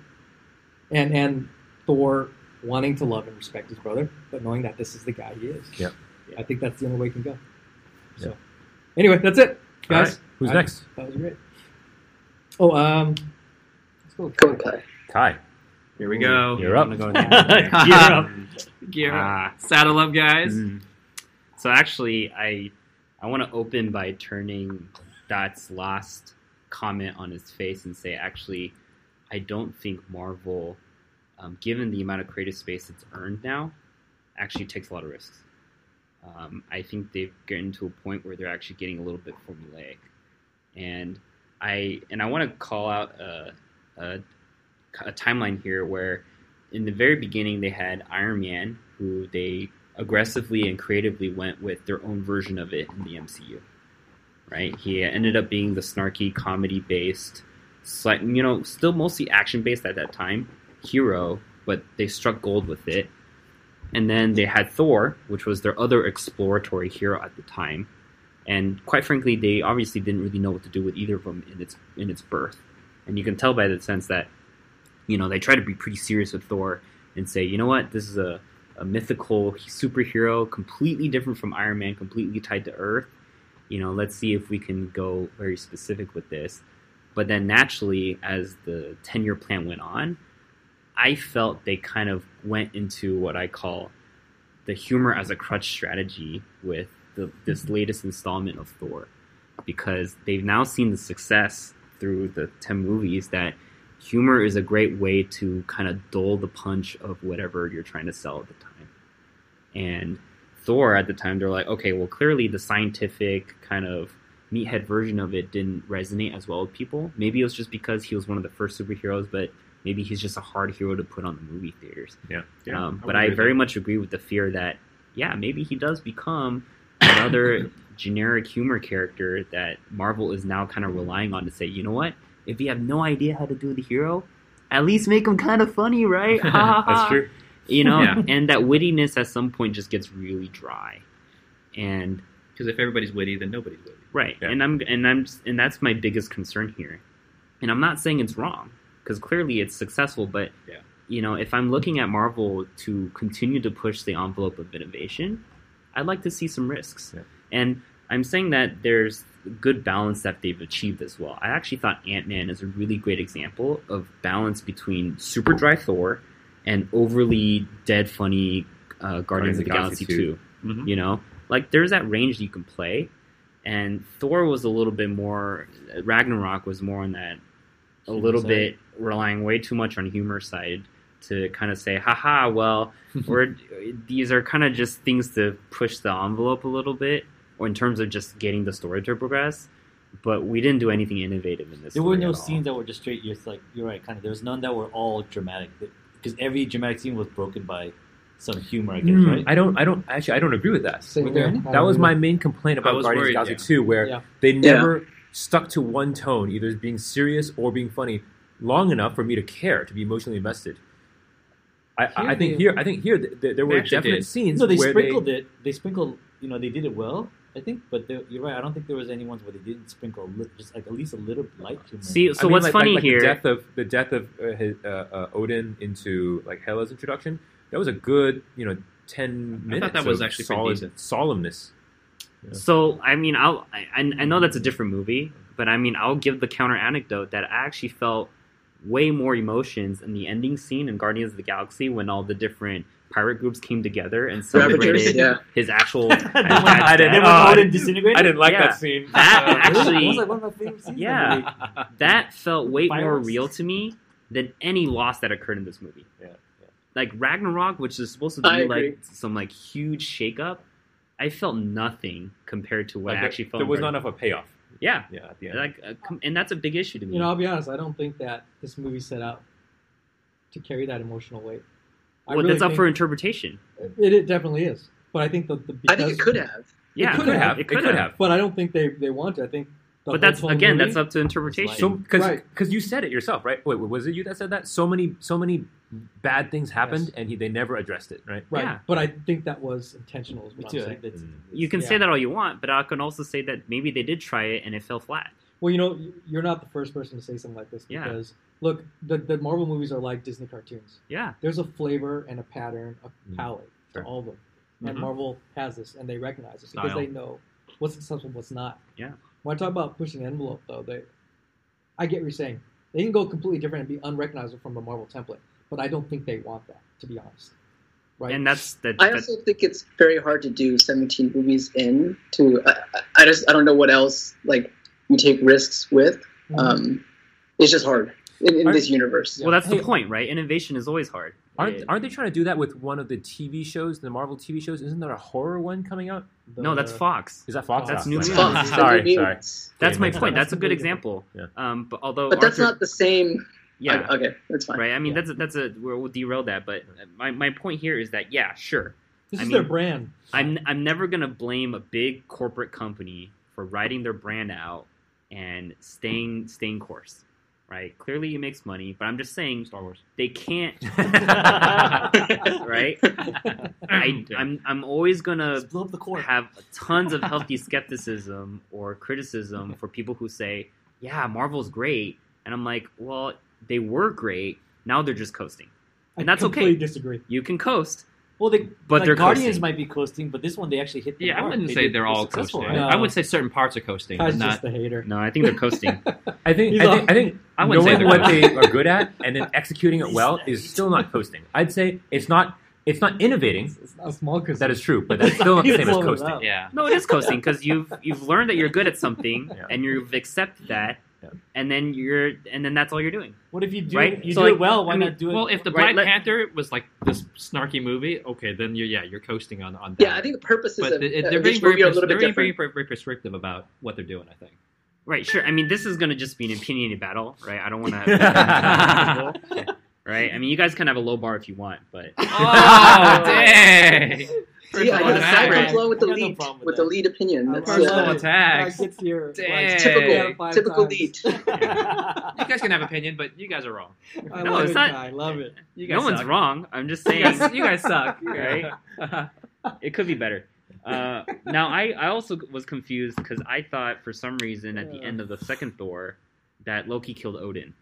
S5: And and Thor wanting to love and respect his brother, but knowing that this is the guy he is.
S4: Yep.
S5: I think that's the only way it can go. So
S4: Yep.
S5: anyway, that's it.
S4: All
S5: Guys,
S4: right, who's
S5: I-
S4: next?
S5: that was great. Oh, um let's go. with
S1: Go,
S5: Kai.
S1: Kai.
S4: Kai,
S6: Here we go.
S4: you're up.
S3: Gear up.
S6: Gear up.
S2: Ah,
S6: Saddle up, guys.
S2: mm. So actually, I I want to open by turning Dot's last comment on his face and say, actually, I don't think Marvel, um, given the amount of creative space it's earned now, actually takes a lot of risks. Um, I think they've gotten to a point where they're actually getting a little bit formulaic, and I and I want to call out a, a, a timeline here where in the very beginning they had Iron Man, who they aggressively and creatively went with their own version of it in the MCU. Right? He ended up being the snarky comedy based, slight, you know, still mostly action based at that time hero, but they struck gold with it. And then they had Thor, which was their other exploratory hero at the time. And quite frankly, they obviously didn't really know what to do with either of them in its in its birth. And you can tell by the sense that, you know, they try to be pretty serious with Thor and say, you know what, this is a a mythical superhero, completely different from Iron Man, completely tied to Earth. You know, let's see if we can go very specific with this. But then naturally, as the 10 year plan went on, I felt they kind of went into what I call the humor as a crutch strategy with the, this latest installment of Thor, because they've now seen the success through the 10 movies that humor is a great way to kind of dull the punch of whatever you're trying to sell at the time. And Thor at the time, they're like, okay, well, clearly the scientific kind of meathead version of it didn't resonate as well with people. Maybe it was just because he was one of the first superheroes, but maybe he's just a hard hero to put on the movie theaters.
S4: Yeah.
S6: Yeah,
S2: um,
S6: I
S2: but
S6: would
S2: I
S6: agree with
S2: very
S6: that.
S2: much agree with the fear that, yeah, maybe he does become another generic humor character that Marvel is now kind of relying on to say, you know what? If you have no idea how to do the hero, at least make him kind of funny, right? Ha, ha, ha.
S4: That's true.
S2: You know,
S6: Yeah.
S2: and that wittiness at some point just gets really dry. And
S6: Because if everybody's witty, then nobody's witty.
S2: Right.
S4: Yeah.
S2: And I'm and I'm and that's my biggest concern here. And I'm not saying it's wrong because clearly it's successful, but
S6: Yeah.
S2: you know, if I'm looking at Marvel to continue to push the envelope of innovation, I'd like to see some risks.
S4: Yeah.
S2: And I'm saying that there's good balance that they've achieved as well. I actually thought Ant Man is a really great example of balance between super dry Thor and overly dead funny uh, Guardians, of the Galaxy, Mm-hmm. 2.
S6: Mhm.
S2: You know, like there's that range you can play, and Thor was a little bit more. Ragnarok was more on that, a
S3: Humor
S2: little
S3: side.
S2: bit relying way too much on humor side to kind of say, haha, well, we're these are kind of just things to push the envelope a little bit, or in terms of just getting the story to progress. But we didn't do anything innovative in this.
S3: There were
S2: story
S3: no
S2: at all.
S3: scenes that were just straight. You're like you're right. Kind of. There was none that were all dramatic because every dramatic scene was broken by some humor. I guess
S4: Hmm,
S3: right.
S4: I don't. I don't actually. I don't agree with that.
S5: Same
S3: Were there
S5: here.
S3: any-
S5: I
S4: That was
S5: don't
S4: my
S5: know.
S4: main complaint
S6: I
S4: about
S6: was
S4: Guardians of the
S6: worried,
S4: Galaxy
S6: yeah.
S4: 2, where
S5: Yeah.
S4: they never stuck to one tone, either being serious or being funny, long enough for me to care, to be emotionally invested. I, I, I
S5: Here
S4: think
S5: they-
S4: here, I think here th- th- there were
S6: actually
S4: definite
S6: did.
S4: scenes
S3: No, they
S4: where
S3: sprinkled it. They sprinkled. You know, they did it well. I think, but there- you're right. I don't think there was any ones where they didn't sprinkle a li- just like at least a little light humor.
S2: See,
S4: I
S2: so
S4: mean,
S2: what's
S4: like-
S2: funny
S4: like- like
S2: here?
S4: The death of the death of uh, his, uh, uh, Odin into like Hela's introduction. That was a good, you know, ten
S6: I
S4: minutes.
S6: thought that was
S4: of
S6: actually pretty
S4: solid
S6: decent.
S4: solemnness. Yeah.
S2: So I mean, I'll, I I I know that's a different movie, but I mean, I'll give the counter anecdote that I actually felt way more emotions in the ending scene in Guardians of the Galaxy when all the different pirate groups came together and
S1: Ravagers,
S2: celebrated
S1: yeah.
S2: his actual.
S4: I didn't-
S3: Then when
S4: oh, I
S3: Odin
S4: didn't-
S3: disintegrated?
S4: I didn't like
S2: Yeah.
S4: that scene.
S2: That
S3: That was- that
S2: actually-
S3: was like one of my favorite scenes.
S2: Yeah.
S3: Like,
S2: that felt way more
S3: Fireworks.
S2: real to me than any loss that occurred in this movie.
S3: Yeah, yeah.
S2: Like Ragnarok, which is supposed to
S1: I
S2: be
S1: agree.
S2: like some like huge shakeup, I felt nothing compared to what
S4: Like,
S2: I actually felt.
S4: there
S2: in
S4: was not
S2: Guardians-
S4: enough of a payoff.
S2: Yeah,
S4: Yeah, at the end.
S2: like, uh, com- and that's a big issue to me.
S5: You know, I'll be honest. I don't think that this movie set out to carry that emotional weight. I
S2: well,
S5: really
S2: that's up
S5: think-
S2: for interpretation.
S5: It, it definitely is, but I think that the
S1: I
S5: because,
S1: think it could have.
S2: Yeah,
S5: It
S4: could have. It could have.
S5: but I don't think they they want to. I think, the
S2: But that's
S5: whole
S2: again,
S5: movie-
S2: that's up to interpretation.
S4: So, because
S5: Right.
S4: you said it yourself, right? Wait, was it you that said that? So many, so many bad things happened,
S5: Yes.
S4: and he, they never addressed it, right?
S5: right.
S2: yeah. Hmm.
S5: But I think that was intentional. Is
S3: Me
S5: what I'm
S3: too. I
S5: saying.
S3: think that's-
S2: you can
S5: yeah.
S2: say that all you want, but I can also say that maybe they did try it and it fell flat.
S5: Well, you know, you- you're not the first person to say something like this
S2: Yeah.
S5: because look, the, the Marvel movies are like Disney cartoons.
S2: Yeah,
S5: There's a flavor and a pattern,
S4: Mm.
S5: a palette
S4: Sure.
S5: to all of them, and
S2: Mhm.
S5: Marvel has this, and they recognize it because
S6: Style.
S5: they know what's successful, and what's not.
S2: Yeah.
S5: When I talk about pushing the envelope, though, they, I get what you're saying. They can go completely different and be unrecognizable from the Marvel template, but I don't think they want that, to be honest. Right?
S2: and that's that.
S1: I
S2: that-
S1: also think it's very hard to do 17 movies in to. I, I- I just I don't know what else like you take risks with.
S6: Mm-hmm.
S5: Mhm.
S1: Um, it's just hard in, in
S4: Are-
S1: this universe.
S2: well, that's
S4: Hey.
S2: the point, right? Innovation is always hard.
S4: Aren't
S2: It-
S4: aren't they trying to do that with one of the TV shows, the Marvel TV shows? Isn't there a horror one coming out?
S2: no, that's
S5: The-
S2: Fox.
S4: Is that Fox?
S5: That's
S4: Oh,
S2: New
S4: sorry.
S1: It's
S2: Fox.
S1: Fox, it's the
S4: Sorry,
S1: new
S4: sorry.
S1: mutants.
S2: That's
S4: Yeah,
S2: my
S4: that's-
S2: point. That's a good
S5: that's-
S2: example.
S4: Yeah.
S2: Um, but although,
S1: But that's
S2: Arthur-
S1: not the same.
S2: Yeah,
S1: I- okay, that's fine.
S2: right. I mean,
S4: Yeah.
S2: that's a, that's a we're, we'll derail that. But my my point here is that yeah, sure.
S5: This
S2: I
S5: is
S2: mean-
S5: their brand.
S2: I'm I'm never gonna blame a big corporate company for writing their brand out and staying staying course, right? Clearly, it makes money, but I'm just saying
S6: Star Wars.
S2: they can't,
S3: Just
S2: right? I, I'm I'm always gonna
S3: blow up the core.
S2: have tons of healthy skepticism or criticism for people who say, "Yeah, Marvel's great," and I'm like, "Well, they were great. Now they're just coasting. And that's
S5: I
S2: okay.
S5: completely disagree.
S2: You can coast,
S3: Well, they,
S2: but
S3: like,
S2: they're
S3: Guardians
S2: coasting.
S3: might be coasting, but this one they actually hit. The
S6: Yeah, I
S3: mark.
S6: wouldn't
S3: They
S6: say
S3: did-
S6: they're all
S3: successful,
S6: coasting.
S3: right?
S5: No.
S6: I would say certain parts are coasting, but
S5: Kai's
S6: not.
S5: just a hater.
S2: No, I think they're coasting.
S4: I think
S5: He's
S4: I
S5: a-
S4: think, I think
S6: I wouldn't say
S4: knowing
S6: they're
S4: what
S6: coasting.
S4: they are good at and then executing it well is still not coasting. I'd say it's not it's not innovating.
S5: It's not small because
S4: That is true, but that's still not the
S3: He's
S4: same as
S3: blowing it
S4: coasting.
S3: up.
S6: Yeah.
S2: No, it is coasting because you've you've learned that you're good at something
S4: Yeah.
S2: and you've accepted that,
S4: Yeah.
S2: and then you're and then that's all you're doing.
S3: What if you do?
S2: Right?
S3: You
S2: So,
S3: do
S2: like,
S3: it well. Why
S2: I mean,
S3: not do it?
S6: Well, if the Black
S2: Right, let-
S6: Panther was like this snarky movie, okay, then you're yeah, you're coasting on on that.
S1: Yeah, I think the purposes
S6: but
S1: of
S6: it-
S1: uh,
S6: they're
S1: this
S6: being very
S1: movie are a
S6: pers-
S1: little
S6: they're
S1: bit
S6: being
S1: different.
S6: very, very prescriptive about what they're doing. I think.
S2: Right. Sure. I mean, this is gonna just be an opinionated battle, right? I don't want to. right. I mean, you guys can have a low bar if you want, but
S6: Oh dang!
S1: See, I got
S6: Personal
S1: a second
S6: attack.
S1: flow with the
S5: I got no
S1: lead,
S5: problem with
S1: with
S5: that.
S1: the lead opinion.
S5: I
S1: That's
S5: love
S6: Personal
S1: uh,
S5: it.
S6: attacks.
S5: Gets here,
S6: Dang.
S5: Four out
S1: typical,
S5: of five
S1: typical
S5: times.
S1: lead.
S6: You guys can have opinion, but you guys are wrong.
S5: I
S2: No,
S5: love
S2: it's
S5: it,
S2: not-
S5: Guy. I love it.
S6: You guys
S2: no one's
S6: suck.
S2: wrong. I'm just
S6: You
S2: saying
S6: guys, you guys suck.
S2: Right? it could be better. Uh, now, I, I also was confused because I thought for some reason at the end of the second Thor that Loki killed Odin,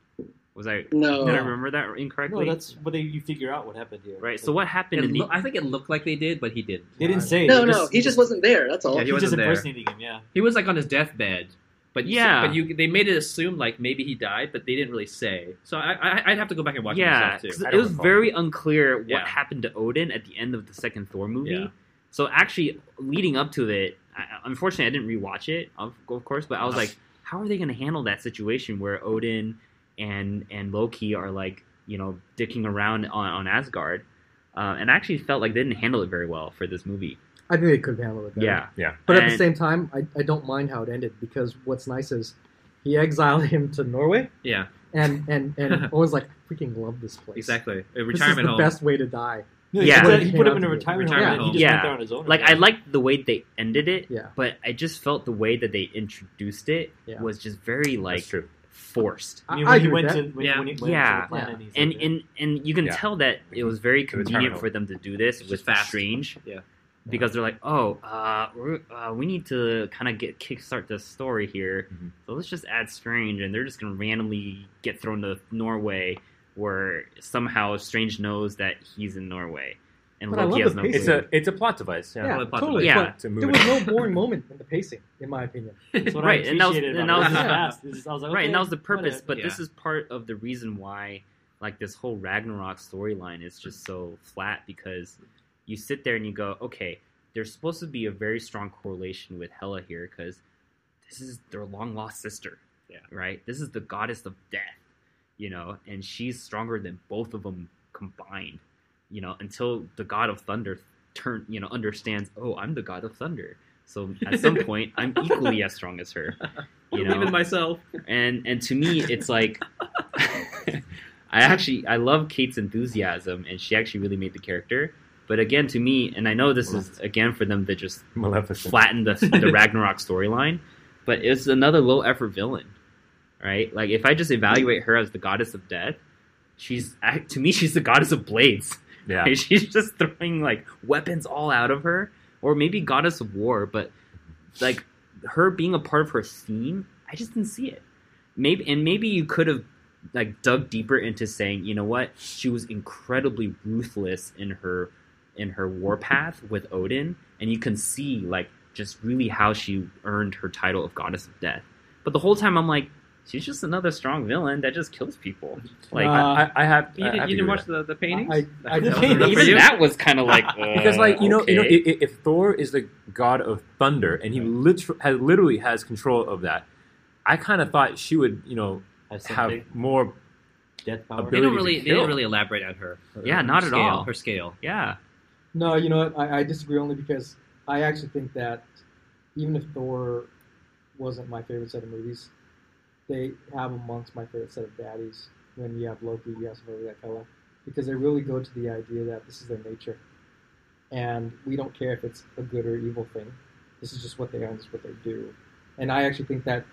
S2: Was I?
S1: No.
S2: Did I remember that incorrectly?
S3: No, that's what they, you figure out what happened here.
S2: right. So what happened
S7: It
S2: in the?
S7: loo- I think it looked like they did, but he didn't.
S3: They didn't say.
S1: No,
S3: they
S1: no, he just wasn't there. That's all.
S7: Yeah, he
S3: he was just
S7: wasn't there.
S3: impersonating him. Yeah.
S7: He was like on his deathbed, but
S2: Yeah.
S7: but you they made it assume like maybe he died, but they didn't really say. So I, I I'd have to go back and watch
S2: yeah,
S7: it myself
S2: 'cause
S7: too.
S4: I
S2: it
S4: don't
S2: was
S4: recall.
S2: very unclear what
S7: Yeah.
S2: happened to Odin at the end of the second Thor movie.
S7: Yeah.
S2: So actually, leading up to it, I, unfortunately, I didn't rewatch it, of, of course. But I was like, how are they going to handle that situation where Odin and and Loki are like, you know, dicking around on, on Asgard? Uh, and I actually felt like they didn't handle it very well for this movie.
S5: I think they could have handled it better.
S2: Yeah,
S5: But at the
S2: And-
S5: same time, I, I don't mind how it ended because what's nice is he exiled him to Norway,
S7: Yeah,
S5: and and and Owen's like, freaking love this place.
S7: exactly. A
S5: This
S7: retirement
S5: is the
S7: home.
S5: best way to die.
S3: No, he
S2: Yeah.
S3: put- he put him in a
S5: Yeah.
S3: retirement
S7: Retirement
S3: home. and
S7: home.
S3: He just
S2: Yeah.
S3: went there on his own.
S2: like I liked the way they ended it,
S5: Yeah.
S2: but I just felt the way that they introduced it
S5: Yeah.
S2: was just very like
S4: That's true.
S2: forced.
S3: I mean,
S5: I-
S3: when
S5: I
S3: he
S5: agree
S3: went
S5: with
S3: to when,
S7: Yeah.
S3: when he went
S2: Yeah.
S3: to the planet, he said
S2: and
S3: that.
S2: and and you can
S4: Yeah.
S2: tell that it was very
S4: It was
S2: convenient
S4: terminal.
S2: for them to do this with
S7: fast.
S2: strange
S7: Yeah.
S2: because they're like oh uh, we're, uh we need to kind of get kickstart this story here
S4: Mhm.
S2: so let's just add strange and they're just gonna randomly get thrown to norway where somehow strange knows that he's in norway and
S5: But I
S2: loki
S5: love
S2: has
S5: the
S2: no
S5: pace.
S4: It's
S2: clue
S4: a it's a plot device. Yeah.
S5: Yeah,
S7: Well, possibly.
S5: totally.
S2: Yeah.
S5: But
S4: To move
S5: there
S4: it.
S5: was no boring moment in the pacing, in my opinion.
S3: That's what
S2: Right,
S3: I
S2: and that was-
S3: appreciated
S2: and
S3: about
S5: that
S3: it.
S5: was-
S3: It fast. It's just- I was like,
S2: right and
S3: okay,
S2: that was the purpose
S3: whatever.
S2: but this is part of the reason why like this whole ragnarok storyline is just so flat because you sit there and you go okay there's supposed to be a very strong correlation with hela here because this is their long lost sister
S7: Yeah.
S2: right this is the goddess of death you know and she's stronger than both of them combined you know until the god of thunder turn you know understands oh i'm the god of thunder so at some point i'm equally as strong as her you know
S7: Even myself.
S2: and and to me it's like i actually i love kate's enthusiasm and she actually really made the character but again to me and i know this is again for them to just
S4: Maleficent.
S2: flatten the, the ragnarok storyline but it's another low effort villain right like if i just evaluate her as the goddess of death she's act- to me she's the goddess of blades
S4: Yeah.
S2: and she's just throwing like weapons all out of her, or maybe Goddess of War, but like her being a part of her theme, I just didn't see it. Maybe and maybe you could have like dug deeper into saying, you know what, she was incredibly ruthless in her in her war path with Odin, and you can see like just really how she earned her title of Goddess of Death. But the whole time I'm like, she's just another strong villain that just kills people. Like
S4: I, I, I have.
S7: You
S4: I
S7: didn't,
S4: have
S7: you didn't
S4: to agree
S7: watch
S4: with
S7: the, the paintings?
S5: I- I-
S7: That was
S3: the
S7: enough for
S2: even
S7: you?
S2: that was kind of like
S4: that. because like you know you know
S2: okay.
S4: i- i- if Thor is the god of thunder and he liter- has, literally has control of that, I kind of thought she would you know
S3: Has
S4: have
S3: something-
S4: more
S3: death power.
S7: They don't
S4: ability to
S7: really they didn't
S4: kill.
S7: really elaborate on her. her-
S2: Yeah,
S7: her
S2: not at
S7: scale,
S2: all.
S7: Her scale.
S2: yeah.
S5: No, you know what? I, I disagree only because I actually think that even if Thor wasn't my favorite set of movies, they have amongst my favorite set of baddies when you have Loki, you have somebody like Hela, because they really go to the idea that this is their nature. And we don't care if it's a good or evil thing. This is just what they are and this is what they do. And I actually think that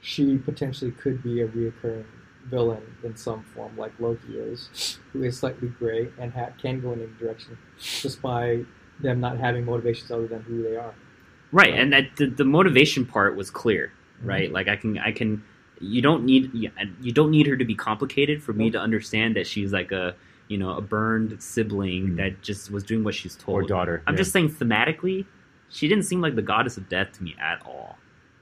S5: she potentially could be a reoccurring villain in some form, like Loki is, who is slightly gray and ha- can go in any direction just by them not having motivations other than who they are.
S2: right and that the, the motivation part was clear right like i can i can you don't need you you don't need her to be complicated for me to understand that she's like a you know a burned sibling
S4: Mm.
S2: that just was doing what she's
S4: or
S2: told
S4: daughter.
S2: i'm
S4: yeah.
S2: just saying thematically she didn't seem like the goddess of death to me at all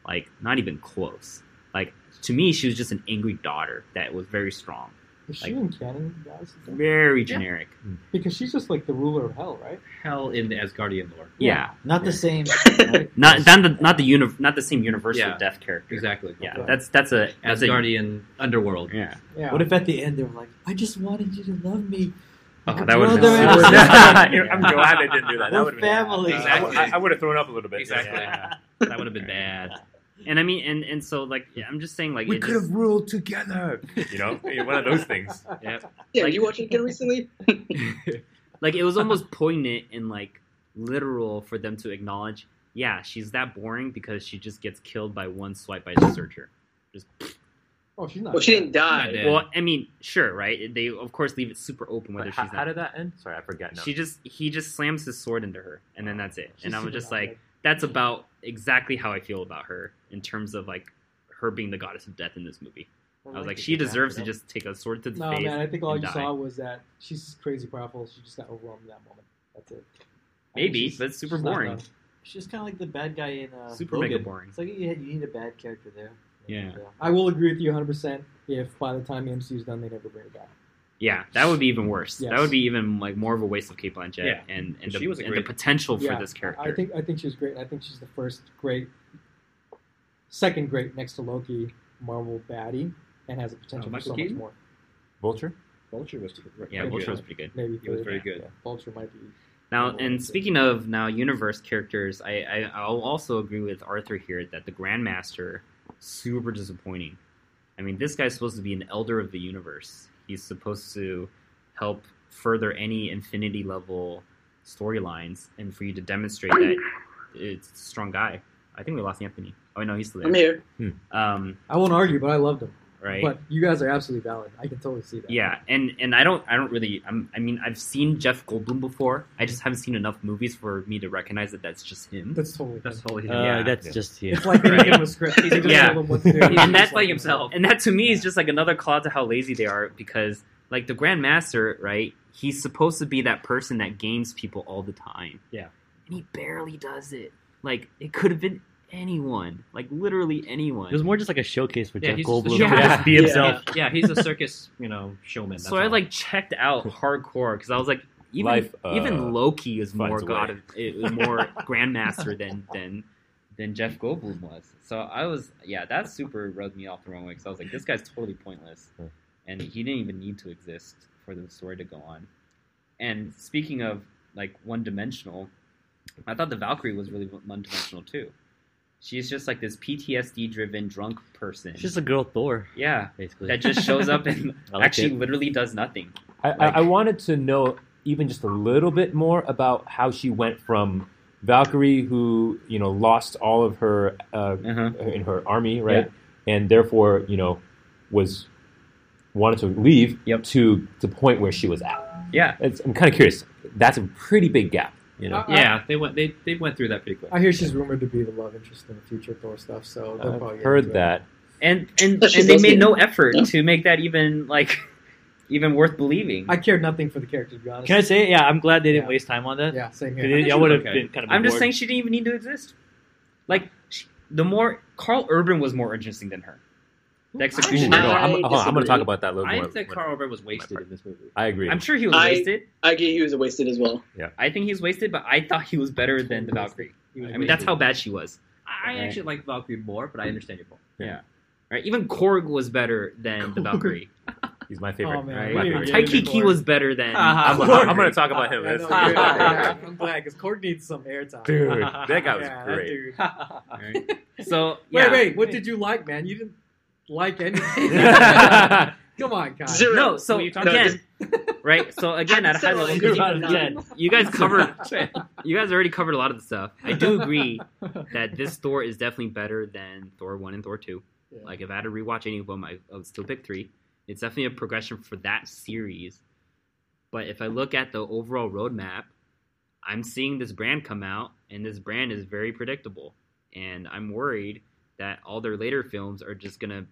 S2: like not even close like to me she was just an angry daughter that was very strong
S5: Is she
S2: Like-
S5: in canon, guys?
S2: very generic
S5: Because she's just like the ruler of hell, right?
S7: Hell in the Asgardian lore.
S2: yeah,
S3: Not the same. right?
S2: not not the not the uni- not the same universal
S7: Yeah.
S2: death character
S7: Exactly.
S2: yeah
S5: Okay.
S2: that's that's a that's
S7: Asgardian underworld.
S2: a yeah
S5: Yeah.
S3: What if at the end they were like, "I just wanted you to love me.
S2: Oh,
S3: Like a
S2: that would've been
S3: brother and
S2: super-
S3: a sister.
S4: I'm glad they didn't do that. that
S3: We're
S4: would've
S3: family.
S4: Been,
S7: Exactly.
S4: I, I would have thrown up a little bit.
S7: Exactly.
S2: Yeah.
S7: That would have been bad.
S2: And I mean, and and so like, yeah, I'm just saying, like,
S4: We
S2: it
S4: could
S2: just-
S4: have ruled together. You know, one of those things.
S1: Yeah,
S2: Like-
S1: you watched it again recently?
S2: like it was almost poignant and like literal for them to acknowledge. Yeah, she's that boring because she just gets killed by one swipe by the searcher.
S5: Oh, she's not.
S1: Well, she didn't
S7: Not
S1: die.
S7: dead.
S2: Well, I mean, sure, right? They of course leave it super open
S4: But
S2: whether
S4: how,
S2: she's
S4: how
S2: not.
S4: did that end? Sorry, I forget now.
S2: She just he just slams his sword into her, and then that's it.
S5: She's
S2: And I was
S5: super
S2: just
S5: not
S2: like,
S5: dead.
S2: that's about exactly how I feel about her in terms of like her being the goddess of death in this movie. I was like, she deserves to just take a sword to the
S5: No,
S2: face.
S5: man, I think all
S2: and
S5: you
S2: die.
S5: saw was that she's crazy powerful. She just got overwhelmed in that moment. That's it. I mean,
S2: Maybe,
S5: she's-
S2: but it's super
S5: she's not
S2: boring.
S5: done.
S3: She's kind of like the bad guy in uh,
S2: Super
S3: Logan.
S2: mega boring.
S3: It's like you, had- you need a bad character there. uh,
S2: Yeah.
S5: I will agree with you 100% if by the time the MCU's done, they never bring it back.
S2: Yeah, that would be even worse. That
S5: Yes.
S2: would be even like more of a waste of Kate Blanchett
S7: Yeah.
S2: and, and, the,
S7: She was a
S2: and the
S7: great-
S2: potential for
S5: Yeah,
S2: this character.
S5: I I think I think she was great. I think she's the first great, second great next to Loki Marvel baddie, and has the
S2: Oh,
S5: potential for
S7: Michael
S5: so
S7: Keaton?
S5: much more.
S4: Vulture.
S7: Vulture was right.
S2: yeah,
S5: Yeah.
S2: Vulture was pretty good.
S5: Maybe
S7: He was
S5: third.
S7: very good.
S5: Yeah, Vulture might be.
S2: Now,
S5: Oh,
S2: and
S5: okay.
S2: speaking of now universe characters, I, I I'll also agree with Arthur here that the Grandmaster super disappointing. I mean, this guy's supposed to be an elder of the universe. He's supposed to help further any infinity level storylines, and for you to demonstrate that it's a strong guy. I think we lost Anthony. Oh no, he's still
S1: I'm
S2: there.
S1: here.
S2: Um,
S5: I won't argue, but I loved him.
S2: right.
S5: But you guys are absolutely valid. I can totally see that.
S2: Yeah, and and I don't I don't really I'm, I mean I've seen Jeff Goldblum before. I just haven't seen enough movies for me to recognize that that's just him.
S5: that's totally.
S7: That's totally
S2: Uh, Yeah.
S8: that's just you.
S5: It's like they
S2: Right.
S5: didn't give him a script. They just
S2: Yeah.
S5: told him what to do.
S4: And
S5: He was
S2: that's
S5: just
S7: like himself.
S2: And that to me is just like another claw to how lazy they are because like the Grand Master, right? He's supposed to be that person that games people all the time.
S7: Yeah.
S2: And he barely does it. Like it could have been anyone. Like literally anyone.
S8: It was more just like a showcase for
S7: Yeah,
S8: Jeff
S7: he's just a
S8: Goldblum
S2: show-
S8: to just be
S7: Yeah.
S8: himself.
S7: Yeah, he's a circus, you know, showman.
S2: so
S7: that's
S2: I
S7: all.
S2: like checked out hardcore because I was like even
S4: Life, uh,
S2: even Loki is more
S4: finds a
S2: god
S4: way.
S2: of is more grandmaster than than than Jeff Goldblum was. So I was yeah, that super rubbed me off the wrong way because I was like this guy's totally pointless,
S4: Hmm.
S2: and he didn't even need to exist for the story to go on. And speaking of like one dimensional, I thought the Valkyrie was really one dimensional too. She's just like this PTSD driven drunk person.
S8: It's just a girl Thor,
S2: yeah,
S8: basically.
S2: that just shows up and
S8: I liked
S2: actually
S8: it.
S2: literally does nothing.
S4: I, I, I wanted to know even just a little bit more about how she went from Valkyrie, who you know lost all of her uh,
S2: Uh-huh.
S4: in her army, right, and therefore you know was wanted to leave
S2: Yep.
S4: to the point where she was at.
S2: Yeah.
S4: It's, I'm kind of curious. That's a pretty big gap, you know.
S5: I- I-
S7: yeah, they went they they went through that pretty quick.
S5: I hear she's rumored to be the love interest in the future Thor stuff, so they'll
S3: Oh,
S5: probably
S4: I've
S5: get into
S4: heard
S5: it.
S4: that.
S2: and and,
S1: But she's
S2: and they
S1: lesbian.
S2: made no effort
S1: Yeah.
S2: to make that even like even worth believing.
S5: I cared nothing for the character, to be honest.
S3: Can I say? Yeah, I'm glad they didn't
S5: Yeah.
S3: waste time on that.
S5: Yeah, same
S3: Because
S5: here.
S3: it-
S7: she
S3: I
S7: was
S3: would have
S7: okay.
S3: been kind of.
S2: I'm just
S3: bored.
S2: saying she didn't even need to exist. Like she, the more Carl Urban was more interesting than her. The
S4: Ooh,
S2: execution.
S4: no,
S1: I
S4: I'm, hold on, I'm going
S1: disagree.
S4: to talk about that a little
S7: I
S4: more.
S7: think Carl Urban was wasted in this movie.
S4: I agree.
S2: I'm sure he was
S1: I-
S2: wasted.
S1: I get he was wasted as well.
S2: I think he's wasted, but I thought he was better than the Valkyrie.
S7: He was
S2: I mean, that's
S7: wasted.
S2: how bad she was.
S7: I I actually like Valkyrie more, but I understand your point.
S2: Right? Even Korg was better than the Valkyrie.
S4: He's my favorite.
S5: Oh, man,
S4: My
S5: we
S4: favorite.
S5: didn't get into
S2: Taikiki
S5: Korg.
S2: was better than.
S4: I'm,
S7: Uh-huh.
S4: I'm going to talk about him.
S5: Yeah,
S4: That's-
S5: no, you're right. I'm glad because Korg needs some airtime.
S4: Dude, that guy was
S5: Yeah, that
S4: great.
S5: dude.
S2: Right? So
S5: Wait,
S2: yeah.
S5: wait, what did you like, man? You didn't like anything. Come on, guys.
S1: Zero.
S2: No, so
S1: When you talk-
S2: again, right? So again, at a high
S1: Zero.
S2: level,
S1: Zero.
S2: you- you guys covered you guys already covered a lot of the stuff. I do agree that this Thor is definitely better than Thor one and Thor two.
S5: Yeah.
S2: Like if I had to rewatch any of them, I, I would still pick three. It's definitely a progression for that series. But if I look at the overall roadmap, I'm seeing this brand come out, and this brand is very predictable. And I'm worried that all their later films are just gonna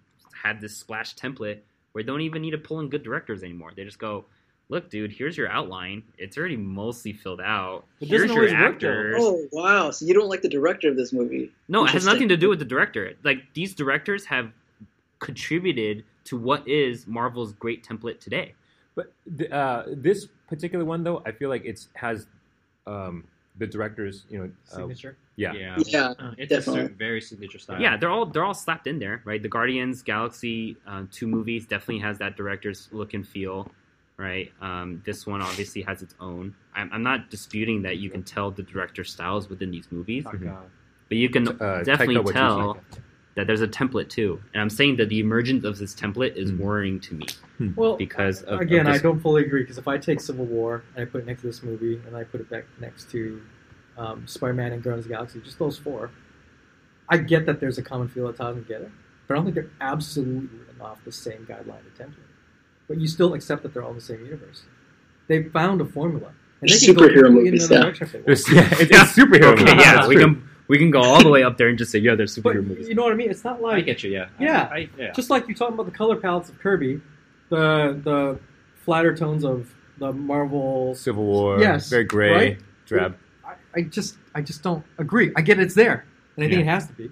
S2: have this splash template where they don't even need to pull in good directors anymore. They just go, "Look, dude, here's your outline. It's already mostly filled out.
S3: It doesn't
S2: Here's your
S3: always work, though.
S2: actors."
S1: Oh wow! So you don't like the director of this movie?
S2: No, it has
S1: Interesting.
S2: nothing to do with the director. Like these directors have contributed to what is Marvel's great template today.
S4: But th- uh, this particular one, though, I feel like it's has um, the director's, you know, uh,
S5: Signature.
S4: yeah.
S7: yeah.
S1: Yeah.
S6: Oh,
S7: Uh, it's
S1: Definitely.
S7: a certain, very signature style.
S2: Yeah, they're all they're all slapped in there, right? The Guardians Galaxy um, two movies definitely has that director's look and feel, right? Um, this one obviously has its own. I'm, I'm not disputing that you can tell the director styles within these movies, but you can
S4: Uh,
S2: definitely
S4: Taika Waititi.
S2: tell that there's a template too. And I'm saying that the emergence of this template is
S4: Mhm.
S2: worrying to me
S5: Well,
S2: because of
S5: again,
S2: of
S5: I
S2: this-
S5: don't fully agree because if I take Civil War and I put it next to this movie and I put it back next to um, Spider-Man and Guardians of the Galaxy, just those four, I get that there's a common feel that ties them together, but I don't think they're absolutely written off the same guideline or template. But you still accept that they're all in the same universe. They found a formula. And they can go
S1: Superhero
S5: completely
S1: movies,
S5: another
S1: yeah.
S5: direction if they want.
S4: It's, yeah, it's, it's superhero.
S2: Okay,
S4: movie.
S2: yeah,
S4: That's
S2: we
S4: true.
S2: can We can go all the way up there and just say, yeah, there's
S5: But
S2: superhero movies.
S5: you know what I mean? It's not
S7: I
S5: like
S7: get you. Yeah.
S5: Yeah.
S7: I, I, yeah.
S5: just like you talking about the color palettes of Kirby, the the flatter tones of the Marvel.
S4: Civil War.
S5: Yes,
S4: Very gray.
S5: right?
S4: Drab.
S5: I, I just I just don't agree. I get it's there, and I think
S4: Yeah.
S5: it has to be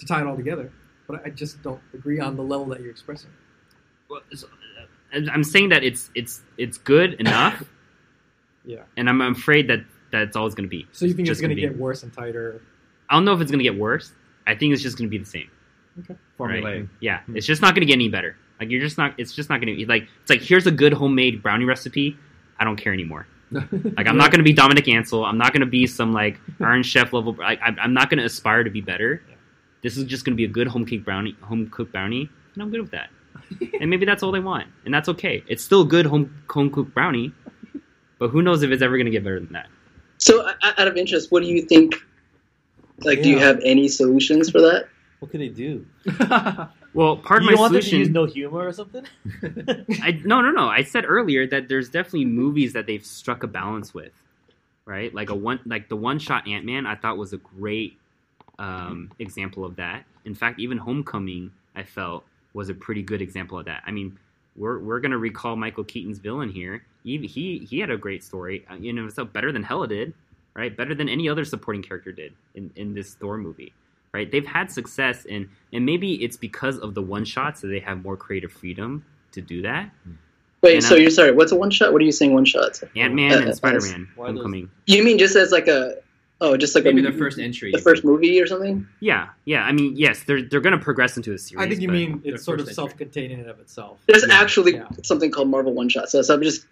S5: to tie it all together. But I just don't agree on the level that you're expressing.
S2: Well, so, uh, I'm I'm saying that it's it's it's good enough.
S5: Yeah.
S2: And I'm afraid that that's all it's going to be.
S5: So you think it's
S2: Just
S5: going to
S2: gonna
S5: get
S2: be-
S5: worse and tighter?
S2: I don't know if it's going to get worse. I think it's just going to be the same.
S6: Formulaic.
S3: Mm-hmm.
S2: Yeah, it's just not going to get any better. Like you're just not. It's just not going to like. It's like here's a good homemade brownie recipe. I don't care anymore. Like I'm not going to be Dominic Ansel. I'm not going to be some like Iron Chef level. I, I'm I'm not going to aspire to be better. This is just going to be a good home cooked brownie, home cooked brownie, and I'm good with that. and maybe that's all they want, and that's okay. It's still a good home home cooked brownie, but who knows if it's ever going to get better than that?
S1: So, o- o- out of interest, what do you think? Like, do you
S3: Yeah.
S1: have any solutions for that?
S3: What could they do?
S2: Well, part of
S3: you
S2: my
S3: want them to
S2: solution.
S3: use no humor or something?
S2: I, no, no, no. I said earlier that there's definitely movies that they've struck a balance with, right? Like a one, like the one shot Ant Man, I thought was a great um, example of that. In fact, even Homecoming, I felt was a pretty good example of that. I mean, we're we're gonna recall Michael Keaton's villain here. He he, he had a great story uh, in and of itself, better than Hella did, right? Better than any other supporting character did in in this Thor movie. Right, they've had success, and and maybe it's because of the one shots that they have more creative freedom to do that.
S1: Wait,
S2: And
S1: so
S2: I'm-
S1: you're sorry. What's a one shot? What are you saying? One shot?
S2: Ant Man
S1: Uh, uh,
S2: and Spider Man
S3: why those-
S2: Homecoming.
S1: You mean just as like a oh, just like
S7: Maybe
S1: a,
S7: the first entry.
S1: the first movie or something?
S2: Yeah, yeah. I mean, yes, they're they're gonna progress into a series.
S5: I think you
S2: but-
S5: mean
S7: their
S5: it's sort of
S7: first entry.
S5: self-contained in and of itself.
S1: There's
S2: Yeah,
S1: actually
S5: yeah.
S1: something called Marvel One Shot. So, so I'm just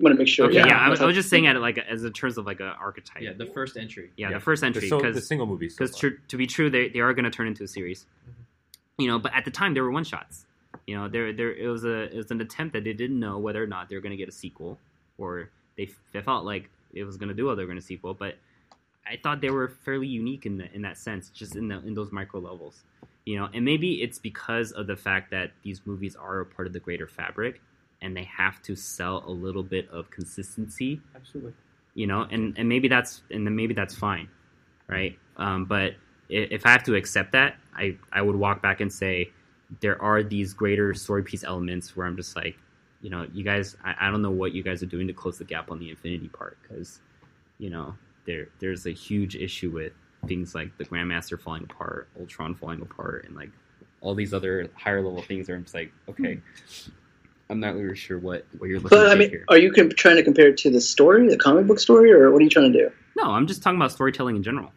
S1: want to make sure.
S2: Okay, yeah. I, was, I
S1: Okay.
S2: was just saying at it like a- as in terms of like a archetype.
S7: Yeah, the first entry.
S2: Yeah,
S4: Yeah.
S2: the first
S4: The,
S2: entry
S4: so, the
S2: because
S4: single movies. so far. Mm-hmm.
S2: to be true, they they are gonna turn into a series. You know, but at the time they were one shots. You know, there there it was a it was an attempt that they didn't know whether or not they were gonna get a sequel or they they felt like it was gonna do well they were gonna sequel, but I thought they were fairly unique in the, in that sense, just in the in those micro levels, you know. And maybe it's because of the fact that these movies are a part of the greater fabric, and they have to sell a little bit of consistency,
S5: Absolutely.
S2: you know. And and maybe that's and then maybe that's fine, right? Um, but i- if I have to accept that, I I would walk back and say there are these greater story piece elements where I'm just like, you know, you guys, I, I don't know what you guys are doing to close the gap on the infinity part because, you know, there there's a huge issue with things like the Grandmaster falling apart, Ultron falling apart, and like all these other higher level things. Where I'm just like, okay, I'm not really sure what what you're looking
S1: But I
S2: at
S1: mean,
S2: here.
S1: are you com- trying to compare it to the story, the comic book story, or what are you trying to do?
S2: No, I'm just talking about storytelling in general.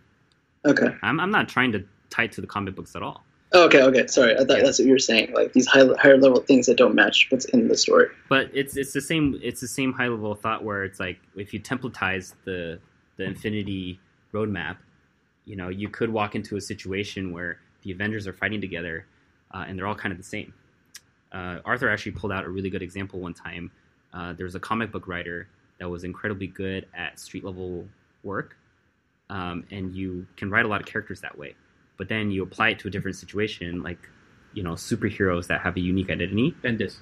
S1: Okay.
S2: I'm I'm not trying to tie it to the comic books at all.
S1: Okay. Okay. Sorry. I thought
S2: Yeah.
S1: that's what you were saying. Like these high, higher level things that don't match what's in the story.
S2: but it's it's the same it's the same high level thought where it's like if you templatize the the infinity roadmap you know you could walk into a situation where the avengers are fighting together uh, and they're all kind of the same uh, arthur actually pulled out a really good example one time uh, there was a comic book writer that was incredibly good at street level work um, and you can write a lot of characters that way but then you apply it to a different situation like you know superheroes that have a unique identity
S7: Bendis.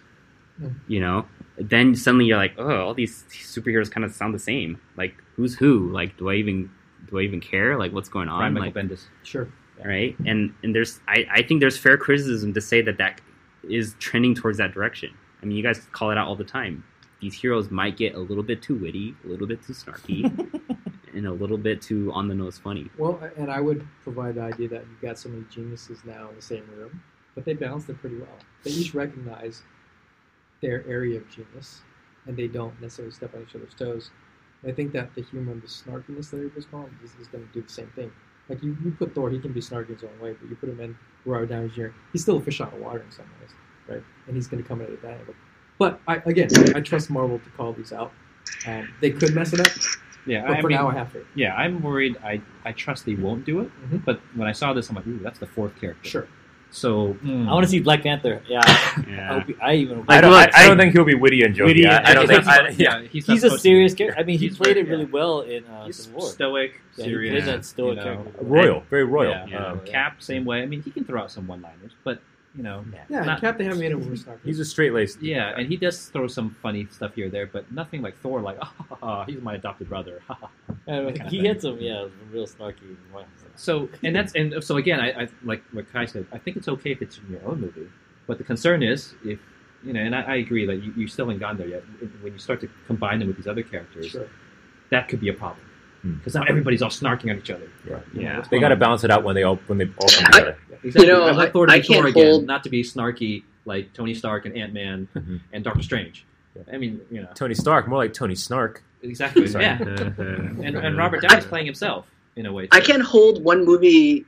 S2: you know then suddenly you're like oh all these superheroes kind of sound the same like who's who like do i even do i even care like what's going on
S7: Brian Michael
S2: like
S7: Bendis.
S5: Sure.
S2: right and and there's I, I think there's fair criticism to say that that is trending towards that direction i mean you guys call it out all the time these heroes might get a little bit too witty a little bit too snarky and a little bit too on the nose funny
S5: Well, and I would provide the idea that you've got so many geniuses now in the same room, but they balanced it pretty well. They each recognize their area of genius, and they don't necessarily step on each other's toes. And I think that the humor and the snarkiness that he was calling is, is going to do the same thing. Like you, you put Thor, he can be snarky his own way, but you put him in Robert Downey Jr., he's still a fish out of water in some ways, right? And he's going to come in at that angle. But I, again, I trust Marvel to call these out. Um, they could mess it up,
S6: Yeah,
S5: but
S6: I
S5: for
S6: mean,
S5: now I have faith.
S6: yeah, I'm worried. I I trust they won't do it.
S5: Mhm.
S6: But when I saw this, I'm like, ooh, that's the fourth character.
S5: Sure.
S6: So hmm.
S3: I want to see Black Panther. Yeah, I,
S2: yeah
S3: hope he- I even.
S4: I don't,
S2: Like,
S4: I, I don't
S2: I-
S4: think he'll be witty and
S3: Witty
S4: jovial.
S3: and-
S4: I, I don't think. I, yeah.
S6: yeah, he's,
S3: he's
S6: not
S3: a
S6: supposed to be-
S3: serious character. I mean, he
S6: He's
S3: played
S6: very-
S3: it really well in uh,
S6: He's
S3: Civil War.
S6: stoic,
S3: Yeah, he
S6: serious.
S3: plays that stoic
S6: you know.
S3: character.
S4: Royal. Very royal.
S3: Yeah.
S6: Yeah.
S4: Um,
S6: Cap, same way. I mean, he can throw out some one-liners, but you know,
S5: Yeah,
S6: Not-
S5: Cap they haven't made a worse Snarky.
S4: He's a straight laced.
S6: yeah, and he does throw some funny stuff here or there, but nothing like Thor, like, ah, ha, ha, ha, he's my adopted brother. ha, ha, ha."
S3: he gets them, yeah, real snarky.
S6: so, and that's, and so again, I, I like what Kai said, I think it's okay if it's in your own movie, but the concern is if, you know, and I, I agree that you, you still haven't gone there yet. When you start to combine them with these other characters,
S5: Sure.
S6: that could be a problem.
S4: Hmm.
S6: Because now everybody's all snarking at each other.
S4: Right.
S6: You know,
S2: Yeah.
S6: what's
S4: They
S6: going
S4: got to
S6: on?
S4: balance it out when they all when they all come together.
S6: Exactly.
S1: You know,
S6: I want
S1: I-
S6: Thor to
S1: I
S6: be Thor
S1: can't
S6: again,
S1: hold- Mm-hmm.
S6: not to be snarky like Tony Stark and Ant Man
S4: Mhm.
S6: and Doctor Strange.
S4: Yeah.
S6: I mean, you know,
S4: Tony Stark, more like Tony Snark.
S6: exactly.
S4: Sorry.
S6: Yeah, and, and Robert Downey's playing himself in a way.
S1: I
S6: too.
S1: can't hold one movie,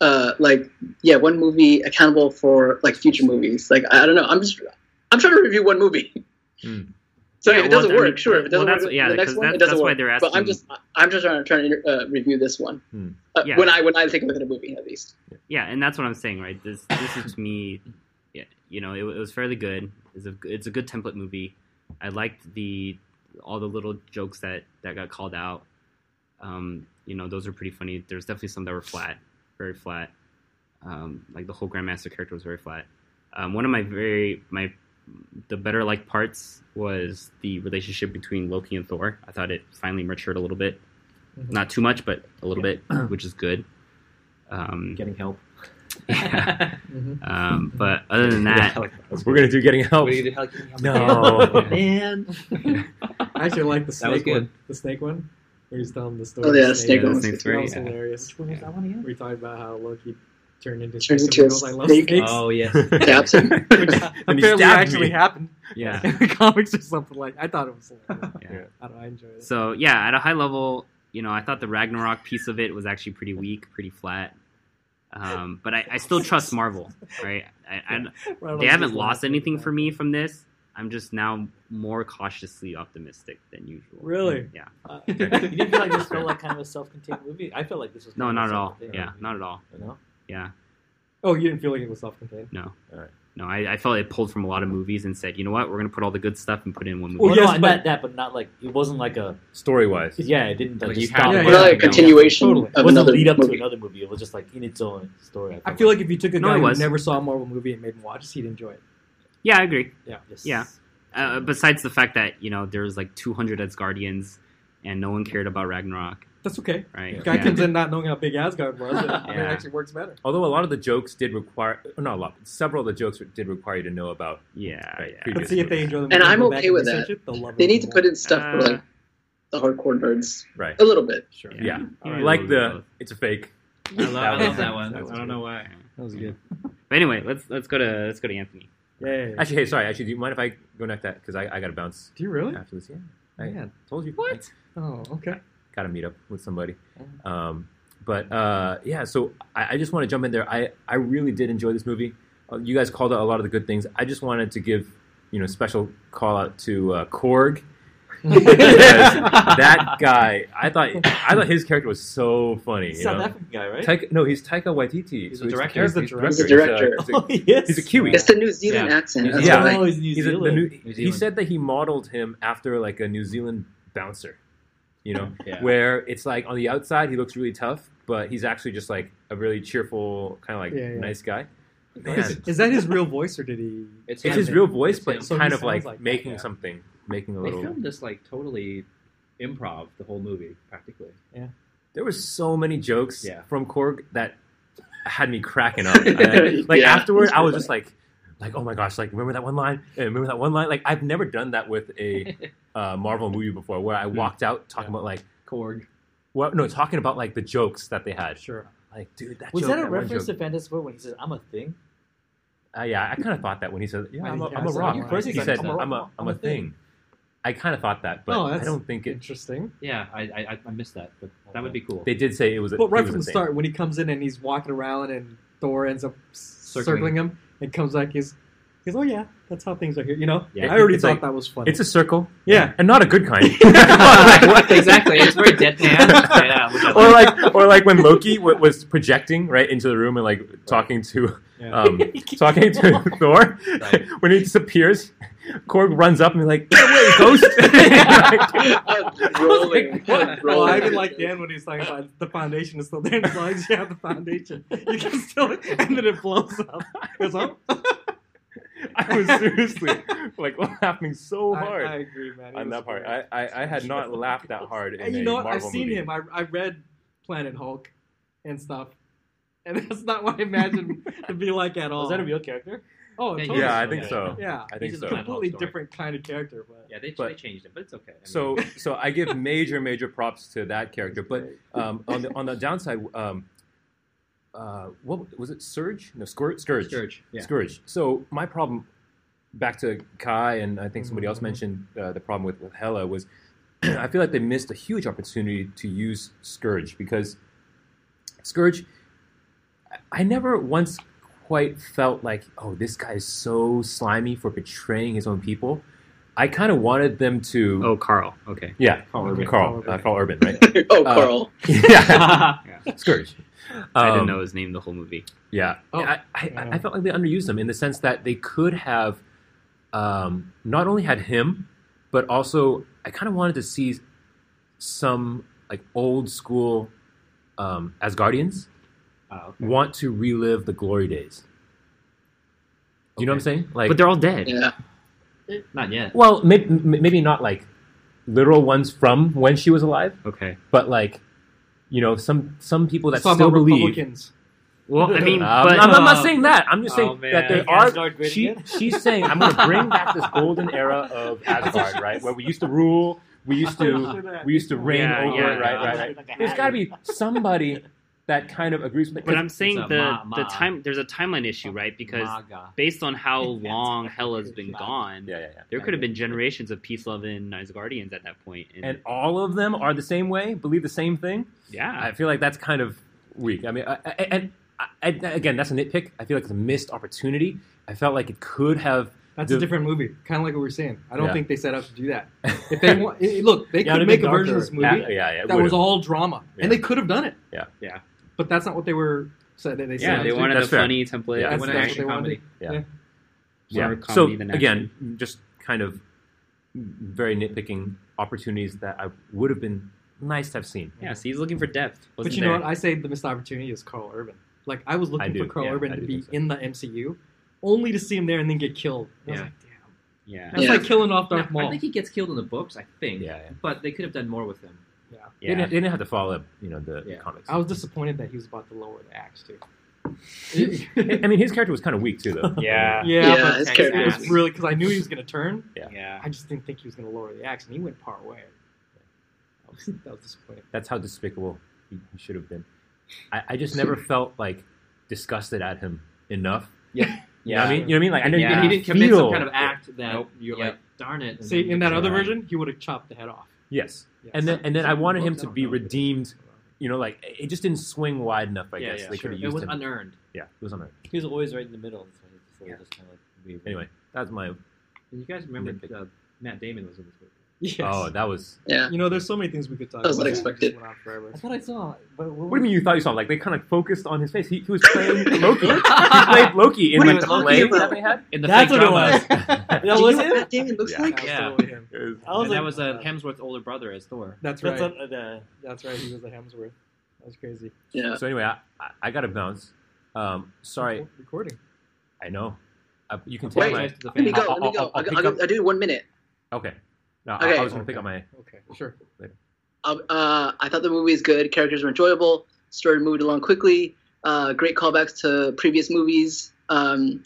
S1: uh, like yeah, one movie accountable for like future movies. Like I I don't know. I'm just I'm trying to review one movie.
S4: Hmm.
S1: So
S2: Yeah,
S1: if it doesn't
S2: well, I
S1: work,
S2: mean,
S1: sure. If it
S2: well,
S1: doesn't
S2: that's-
S1: work,
S2: yeah,
S1: the
S2: 'cause
S1: next one,
S2: that-
S1: it doesn't
S2: that's
S1: work.
S2: why they're
S1: But I'm
S2: asking-
S1: just I'm just trying to try to uh, review this one.
S4: Hmm.
S1: Uh,
S2: Yeah.
S1: When I when I take a look at a movie, at least.
S2: yeah, and that's what I'm saying, right? This this is to me, yeah, you know, it, it was fairly good. It's a it's a good template movie. I liked the all the little jokes that that got called out. Um, you know, those are pretty funny. There's definitely some that were flat, very flat. Um, like the whole Grandmaster character was very flat. Um, one of my very my the better like parts was the relationship between Loki and Thor. I thought it finally matured a little bit,
S5: Mhm.
S2: not too much, but a little bit, which is good. Um,
S6: getting help.
S5: Mhm.
S2: Um, but other than that,
S4: That's what we're gonna do getting help.
S6: What do you do? How- how-
S4: No.
S6: man.
S5: I actually like the
S6: was
S5: snake
S6: good.
S5: one. The snake one, where he's telling the story.
S1: Oh, yeah,
S5: of the
S1: snake
S5: That
S1: one
S5: was
S1: was
S2: good. Yeah.
S5: hilarious.
S6: What was that one again?
S5: We talked about how Loki turned into
S1: Turned
S5: snakes
S1: into a
S5: and goes, I love
S1: snake.
S5: snakes.
S6: Oh yes.
S1: Stabs him.
S5: Which
S4: And he
S5: apparently
S4: stabbed
S5: actually
S4: me.
S5: happened
S2: yeah,
S5: in the comics or something like. I thought it was. hilarious.
S2: yeah.
S5: I don't. know, I enjoyed it.
S2: So yeah, at a high level, you know, I thought the Ragnarok piece of it was actually pretty weak, pretty flat. Um, but I, I still trust Marvel, right? I, I, they haven't lost anything for me from this. I'm just now more cautiously optimistic than usual.
S5: Really?
S2: Yeah.
S3: Uh, you didn't feel like this felt like kind of a self-contained movie? I felt like this was
S2: No,
S3: kind of
S2: not
S3: a
S2: at all.
S3: self-contained
S2: Yeah,
S3: movie,
S2: not at all.
S3: you know?
S2: Yeah.
S5: Oh, you didn't feel like it was self-contained.
S2: No.
S4: Alright.
S2: No, I, I felt it pulled from a lot of movies and said, you know what, we're gonna put all the good stuff and put it in one movie.
S3: Well,
S5: yes,
S3: no,
S5: but-
S3: not that, but not like it wasn't like a
S4: Story wise.
S3: yeah. It didn't like,
S6: Like you had
S3: stop.
S5: to
S3: right
S5: watch
S3: now.
S1: Not like
S5: yeah,
S1: a continuation
S5: totally.
S3: It
S1: of
S3: wasn't a
S1: another
S3: lead up to
S1: movie.
S3: another movie. It was just like in its own story.
S5: I feel like if you took a
S2: No,
S5: guy
S2: it
S5: who
S2: was.
S5: never saw a Marvel movie and made him watch, this, he'd enjoy it.
S2: Yeah, I agree.
S3: Yes.
S2: yeah. uh, besides the fact that you know there was like 200 Asgardians and no one cared about Ragnarok,
S5: That's okay.
S2: right?
S5: Guy
S2: Yeah.
S5: comes in not knowing how big Asgard was. And, I mean, it
S2: Yeah.
S5: actually works better.
S4: Although a lot of the jokes did require, not a lot, but several of the jokes did require you to know about.
S2: yeah,
S4: Right,
S2: yeah.
S4: pretty-
S5: But see if they enjoy them.
S1: And I'm okay with that. They need to put in stuff for
S2: Uh,
S1: like the hardcore nerds
S4: Right.
S1: a little bit.
S3: Sure.
S4: Yeah.
S2: Yeah.
S4: Like the, it's a fake.
S6: I love, I love that one.
S5: That was
S6: I don't know why.
S3: That was
S2: good. But anyway, let's let's go to let's go to Anthony.
S5: Yeah.
S4: Actually, hey, sorry. Actually, do you mind if I go next? That because I, I got to bounce
S5: Do you really?
S4: after this. Yeah, I
S5: Man.
S4: told you.
S2: What?
S5: Oh, okay.
S4: got to meet up with somebody.
S3: Mm-hmm.
S4: Um, but uh, yeah, so I, I just want to jump in there. I, I really did enjoy this movie. Uh, you guys called out a lot of the good things. I just wanted to give you know special call out to uh, Korg. that guy, I thought I thought his character was so funny. You
S3: South
S4: know?
S3: African guy, right?
S4: Taika, no, he's Taika Waititi.
S6: He's
S4: So
S6: a director.
S4: He's,
S5: He's a
S1: He's a
S4: He's a-
S1: director.
S4: He's
S3: Oh
S4: a,
S3: yes.
S4: he's a Kiwi.
S1: It's the New Zealand
S6: Yeah.
S1: accent. That's
S4: Yeah.
S1: what I-
S3: Oh, he's New
S4: He's a- the
S3: Zealand.
S4: new-
S6: New
S4: he
S6: Zealand.
S4: said that he modeled him after like a New Zealand bouncer, you know,
S6: Yeah.
S4: where it's like on the outside he looks really tough, but he's actually just like a really cheerful, kind of like
S5: Yeah, yeah.
S4: nice guy.
S5: Is,
S4: Man,
S5: is that his real voice or did he?
S6: It's,
S4: it's
S6: him.
S4: his real voice,
S6: It's
S4: but
S6: him.
S5: So he
S4: kind of
S5: sounds
S4: like,
S5: like that,
S4: making
S6: yeah.
S4: something, making a
S6: They
S4: little.
S6: filmed this like totally improv the whole movie practically.
S4: There were so many jokes
S6: Yeah.
S4: from Korg that had me cracking up. I- like
S1: Yeah.
S4: afterward, I was just like, like oh my gosh, like remember that one line? Eh, Remember that one line? Like I've never done that with a uh, Marvel movie before, where I walked out talking about like.
S6: Korg.
S4: Well, no, talking about like the jokes that they had.
S5: Sure.
S4: Like, dude, that
S3: Was
S4: joke,
S3: that a
S4: one
S3: reference to
S4: joke-
S3: Fantastic Four when he says, "I'm a thing"?
S4: Uh, yeah, I kind of thought that when he said, "Yeah, I'm a,
S5: Yeah,
S4: I'm a
S5: so
S4: rock."
S5: you
S4: He
S5: basically
S4: said,
S6: said,
S4: "I'm a, I'm a, thing." I kind of thought that, but
S5: Oh,
S4: I
S5: that's-
S4: don't think it.
S5: Interesting.
S6: Yeah, I, I I missed that, but that would be cool.
S4: They did say it was. A,
S5: But
S4: he
S5: right
S4: was
S5: from
S4: a
S5: the
S4: thing.
S5: start, when he comes in and he's walking around and Thor ends up circling,
S6: Circling.
S5: him and comes back, he's, he's, oh yeah, that's how things are here. You know,
S4: Yeah.
S5: I already
S4: It's
S5: thought
S4: like-
S5: that was funny.
S4: it's a circle,
S5: yeah.
S4: and not a good kind.
S6: exactly. It's very deadpan. yeah, which I
S4: or
S6: like.
S4: like, or like when Loki w- was projecting right into the room and like talking to,
S5: Yeah.
S4: um, talking to Thor.
S6: Right.
S4: when he disappears, Korg runs up and be like, "Get away, ghost!" Like,
S1: I'm rolling. I'm
S5: Well, I
S1: rolling.
S5: even like Dan when he's talking about the foundation is still there. And as long as you have the foundation, you can still, and then it blows up. It's like,
S4: I was seriously like laughing so
S5: I,
S4: hard
S5: I agree, man. It
S4: on
S5: was
S4: that part.
S5: great.
S4: I, I, I had not laughed that hard in
S5: and you
S4: a
S5: know what?
S4: Marvel
S5: I've seen
S4: movie.
S5: him. I, I read Planet Hulk and stuff, and that's not what I imagined to be like at all.
S3: Was that a real character?
S5: Oh,
S7: Yeah,
S5: totally.
S4: Yeah, I think so.
S5: Yeah,
S4: I think
S7: He's in
S5: it's
S4: so.
S5: a
S7: Planet
S5: completely
S7: Hulk story.
S5: different kind of character, but
S7: Yeah, they, they
S4: But-
S7: changed it, but it's okay. I mean,
S4: So so I give major major props to that character, but um, on the on the downside, um, uh, what was it? Surge? No, Scourge. Scourge.
S7: Scourge, yeah.
S4: Scourge. So my problem, back to Kai, and I think somebody else mentioned uh, the problem with, with Hela was, I feel like they missed a huge opportunity to use Scourge because Scourge, I- I never once quite felt like, oh, this guy is so slimy for betraying his own people. I kind of wanted them to.
S2: Oh, Carl. Okay.
S4: Yeah,
S5: Carl
S4: Carl
S5: Urban.
S4: Urban.
S5: Carl
S4: Carl,
S5: Urban.
S4: uh, Carl Urban, right?
S1: oh,
S4: Uh,
S1: Carl.
S4: yeah, Scourge.
S2: I didn't
S4: Um,
S2: know his name the whole movie.
S4: Yeah,
S5: Oh,
S4: I, I, I felt like they underused him in the sense that they could have um, not only had him, but also I kind of wanted to see some like old school um, Asgardians want to relive the glory days. You know what I'm saying? Like,
S2: but they're all dead.
S1: Yeah.
S7: not yet.
S4: well, maybe, maybe not like literal ones from when she was alive,
S2: Okay.
S4: but like you know some some people that
S5: Some
S4: still
S5: are
S4: believe.
S5: Republicans.
S2: Well, I mean,
S4: Um,
S2: but
S4: I'm, I'm
S3: Uh,
S4: not saying that. I'm just saying
S3: oh, man.
S4: that there
S3: Like
S4: are.
S3: Asgard great
S4: She,
S3: again?
S4: she's saying I'm going to bring back this golden era of Asgard, right? Where we used to rule, we used to we used to reign
S2: Yeah,
S4: over,
S2: yeah,
S4: it, right,
S2: yeah.
S4: right, right. There's got to be somebody that kind of agrees with.
S2: but I'm saying
S7: a
S2: the
S7: ma- ma.
S2: the time there's a timeline issue, right? Because
S7: Maga.
S2: based on how long Hela's been gone,
S4: yeah, yeah, yeah.
S2: there could have been generations of peace loving Asgardians at that point. And,
S4: And all of them are the same way, believe the same thing.
S2: yeah,
S4: I feel like that's kind of weak. I mean, I, I, and I, I, again, that's a nitpick. I feel like it's a missed opportunity. I felt like it could have.
S5: That's a
S4: The-
S5: different movie, kind of like what we are saying. I don't
S4: Yeah.
S5: think they set out to do that. If they want, eh, look, they could make a version of this movie
S4: Yeah, yeah, yeah, it
S5: that
S4: would've.
S5: was all drama,
S4: Yeah.
S5: and they could have done it.
S4: Yeah.
S7: Yeah.
S5: But that's not what they were said that they said.
S2: yeah,
S5: out
S2: they
S5: to do.
S2: wanted a
S4: that's fair.
S2: funny template. They
S4: Yeah,
S5: That's,
S2: wanted
S5: that's
S2: an
S5: what
S2: action
S5: they wanted.
S2: comedy.
S4: yeah.
S2: More
S4: So
S2: comedy than
S4: again, just kind of very nitpicking opportunities that I would have been nice to have seen.
S2: Yeah, so he's looking for depth.
S5: But
S2: Wasn't
S5: you know
S2: there?
S5: what? I say the missed opportunity is Carl Urban. Like I was looking
S4: I do,
S5: for Carl
S4: yeah,
S5: Urban
S4: I
S5: to
S4: do
S5: be
S4: think so.
S5: in the MCU, only to see him there and then get killed. I was
S7: Yeah.
S5: like, damn.
S2: Yeah,
S5: That's
S1: Yeah.
S5: like killing off Darth
S7: No, I
S5: Maul.
S7: think he gets killed in the books. I think.
S4: Yeah, yeah.
S7: But they could have done more with him.
S4: They, didn't, they didn't have to follow up, you know, the
S7: Yeah.
S4: comics.
S5: I was disappointed that he was about to lower the axe too.
S4: I I mean, his character was kind of weak too, though.
S3: Yeah.
S5: Yeah,
S1: Yeah,
S5: but
S1: his
S5: it
S1: character
S5: was
S1: was-
S5: really because I knew he was going to turn.
S3: Yeah.
S5: I just didn't think he was going to lower the axe, and he went part way. That was, that was disappointing.
S4: That's how despicable he he should have been. I, I just never felt like disgusted at him enough.
S3: Yeah.
S4: You know what I mean, you know what I mean? Like I know
S7: Yeah.
S4: you
S7: He didn't commit
S4: feel,
S7: some kind of act that
S3: Nope.
S7: you're
S3: Yep.
S7: like, darn it. and
S5: See,
S7: then-
S5: in that other
S4: Yeah.
S5: version, he would have chopped the head off.
S4: Yes,
S5: Yes.
S4: and then and then I wanted him to be
S5: Yeah.
S4: redeemed. You know, like it just didn't swing wide enough. I
S7: Yeah,
S4: guess
S7: yeah,
S4: they
S7: sure.
S4: could have
S7: It
S4: used
S7: was
S4: him.
S7: unearned.
S4: yeah, it was on there.
S3: He was always right in the middle. So he just, yeah. just kind of like weird.
S4: Anyway, that's my.
S7: And you guys remember
S4: Nitpick.
S7: uh, Matt Damon was in this movie.
S5: Yes.
S4: Oh, that was
S1: Yeah.
S5: you know, there's so many things we could talk
S1: That was
S5: about.
S1: unexpected.
S5: It went on forever.
S3: I thought I saw. But what,
S4: What do you mean you thought you saw? him? Like they kind of focused on his face. He, he was playing Loki. he played Loki in
S1: What
S4: like
S1: was
S4: the
S1: Loki
S4: play
S1: about?
S4: that they had.
S7: In the
S3: That's
S7: fake
S3: what it
S7: drama.
S3: was.
S4: It
S3: That
S1: Do you
S3: was
S1: know what
S3: it.
S1: Matt Damon looks
S4: Yeah.
S1: like?
S5: That was
S7: Yeah.
S5: totally him.
S4: was-
S3: I was
S7: and
S3: like,
S7: that was uh,
S5: uh,
S7: Hemsworth's older brother as Thor.
S5: That's
S3: That's
S5: right.
S3: what, uh, the-
S5: That's right. He was the Hemsworth. That was crazy.
S1: Yeah.
S4: So anyway, I, I, I got to bounce. Um, sorry,
S5: Oh, Recording.
S4: I know. I, you can
S1: Wait.
S4: take my.
S1: Let me go.
S4: I'll-
S1: Let me go.
S4: I'll-
S1: I, got-
S4: I'll pick
S1: I, got-
S4: up-
S1: I did one minute.
S4: Okay. No, I,
S1: Okay.
S4: I was going to pick up my.
S5: Okay, sure.
S1: Um, uh, I thought the movie was good. Characters were enjoyable. Story moved along quickly. Uh, great callbacks to previous movies. Um,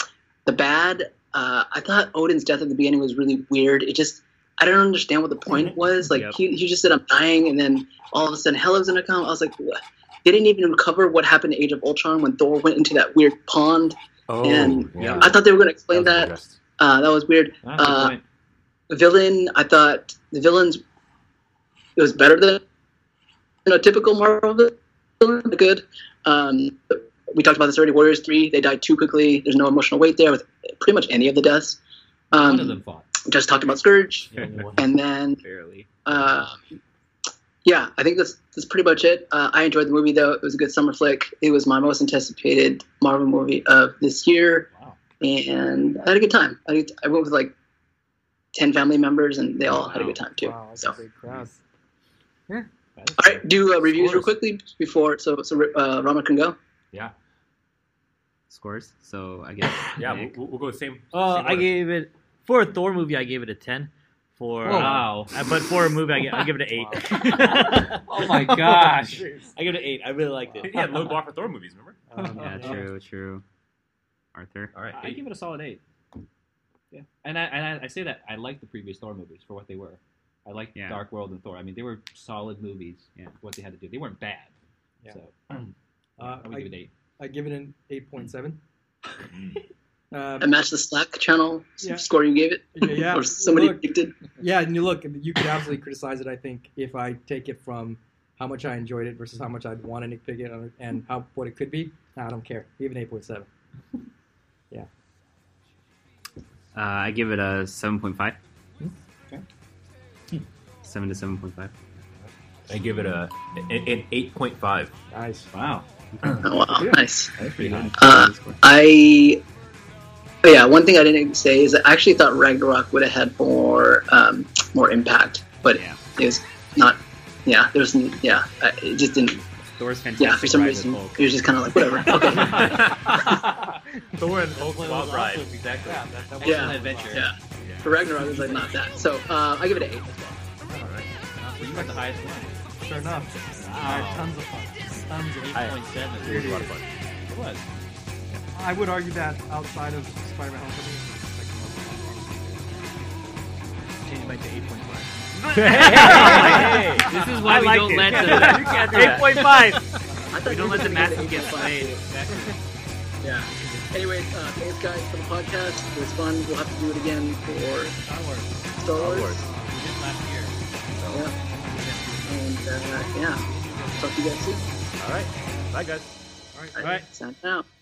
S1: the bad. Uh, I thought Odin's death at the beginning was really weird. It just I don't understand what the
S4: Mm-hmm.
S1: point was. Like
S2: Yep.
S1: he, he just said I'm dying, and then all of a sudden Hela's gonna come. I was like, what? they didn't even cover what happened to Age of Ultron when Thor went into that weird pond.
S4: Oh,
S1: And-
S4: yeah.
S1: I thought they were gonna explain
S4: was
S1: that.
S4: addressed.
S1: Uh, that was weird.
S7: Ah, good
S1: Uh,
S7: point.
S1: villain. I thought the villains it was better than you know typical Marvel villain. but Good. Um, we talked about this already. Warriors three. They died too quickly. There's no emotional weight there with pretty much any of the deaths.
S7: One of
S1: Um,
S7: them fought.
S1: just talked about Scourge,
S3: the only one.
S1: and then
S2: barely.
S1: uh, yeah, I think that's that's pretty much it. Uh, I enjoyed the movie though. It was a good summer flick. It was my most anticipated Marvel movie of this year,
S3: Wow.
S1: and I had a good time. I, I went with like ten family members, and they all had a
S3: Wow.
S1: good time too.
S5: Wow, that's
S1: so.
S5: a big crowd.
S1: All right, do uh, reviews real quickly before so so uh, Rama can go.
S2: Scores. So I guess
S4: Yeah,
S2: Nick.
S4: we'll, we'll- we'll go the same.
S8: Uh,
S4: same
S8: I
S4: order.
S8: gave it for a Thor movie. I gave it a ten. For
S7: Oh.
S3: Wow.
S8: uh, but for a movie, I, gi- I give it an eight.
S3: Oh my gosh.
S8: I give it an eight. I really liked it.
S4: He had low bar for Thor movies, remember?
S5: Um,
S2: yeah, true, true. Arthur.
S4: All right.
S7: I give it a solid eight. Yeah, and I and I, I say that I like the previous Thor movies for what they were. I like
S2: Yeah.
S7: Dark World and Thor. I mean, they were solid movies.
S2: Yeah.
S7: what they had to do, they weren't bad.
S5: Yeah.
S7: So
S5: Uh,
S7: I would give
S5: I,
S7: it eight.
S5: I give it an eight point seven. Um,
S1: I matched the Slack channel s-
S5: Yeah.
S1: score you gave it,
S5: yeah,
S1: or somebody
S5: look,
S1: predicted.
S5: yeah, and you look, you could absolutely criticize it. I think if I take it from how much I enjoyed it versus how much I'd want to nitpick it on- and how what it could be, nah, I don't care. Even eight point seven.
S2: Uh, I give it a seven point five. Seven to seven point five.
S4: I give it a an, an eight point five.
S5: Nice.
S3: Wow.
S1: Oh, wow,
S3: Yeah.
S1: nice.
S3: That's pretty high.
S1: Uh, I oh, yeah, one thing I didn't say is I actually thought Ragnarok would have had more um, more impact, but
S2: Yeah.
S1: it was not. Yeah, there's n- yeah, I- it just didn't.
S2: Thor's fantastic.
S1: Yeah, for some
S2: Ride
S1: reason
S2: with Hulk.
S1: it was just kind of like whatever. Okay,
S4: Thor and Hulk Wild Ride.
S3: Exactly.
S1: Yeah.
S3: An adventure.
S1: yeah. For Ragnarok, it was like not that. So uh, I give it an eight.
S3: So you got the highest one.
S5: Sure enough. I had tons of fun. Tons of fun.
S4: I-
S3: 8.7.
S4: It was a lot of fun.
S3: It was.
S5: I would argue that outside of Spider-Man Homecoming.
S3: Changed my to 8.5.
S8: Hey,
S2: This is
S8: I
S2: why we
S8: liked
S2: don't
S8: it.
S2: let the
S8: you can't do eight point five.
S1: I thought
S2: we
S1: you
S2: don't let the
S1: were gonna give
S2: masses
S1: it
S2: get
S1: 8.5.
S2: played.
S1: Yeah. Anyways, uh, thanks guys for the podcast. It was fun. We'll have to do it again for
S3: Star Wars.
S1: Star Wars.
S4: Wars.
S3: We did last year.
S1: Yeah. And uh, yeah, talk to you guys soon.
S4: All right. Bye, guys.
S1: All right. Sign out.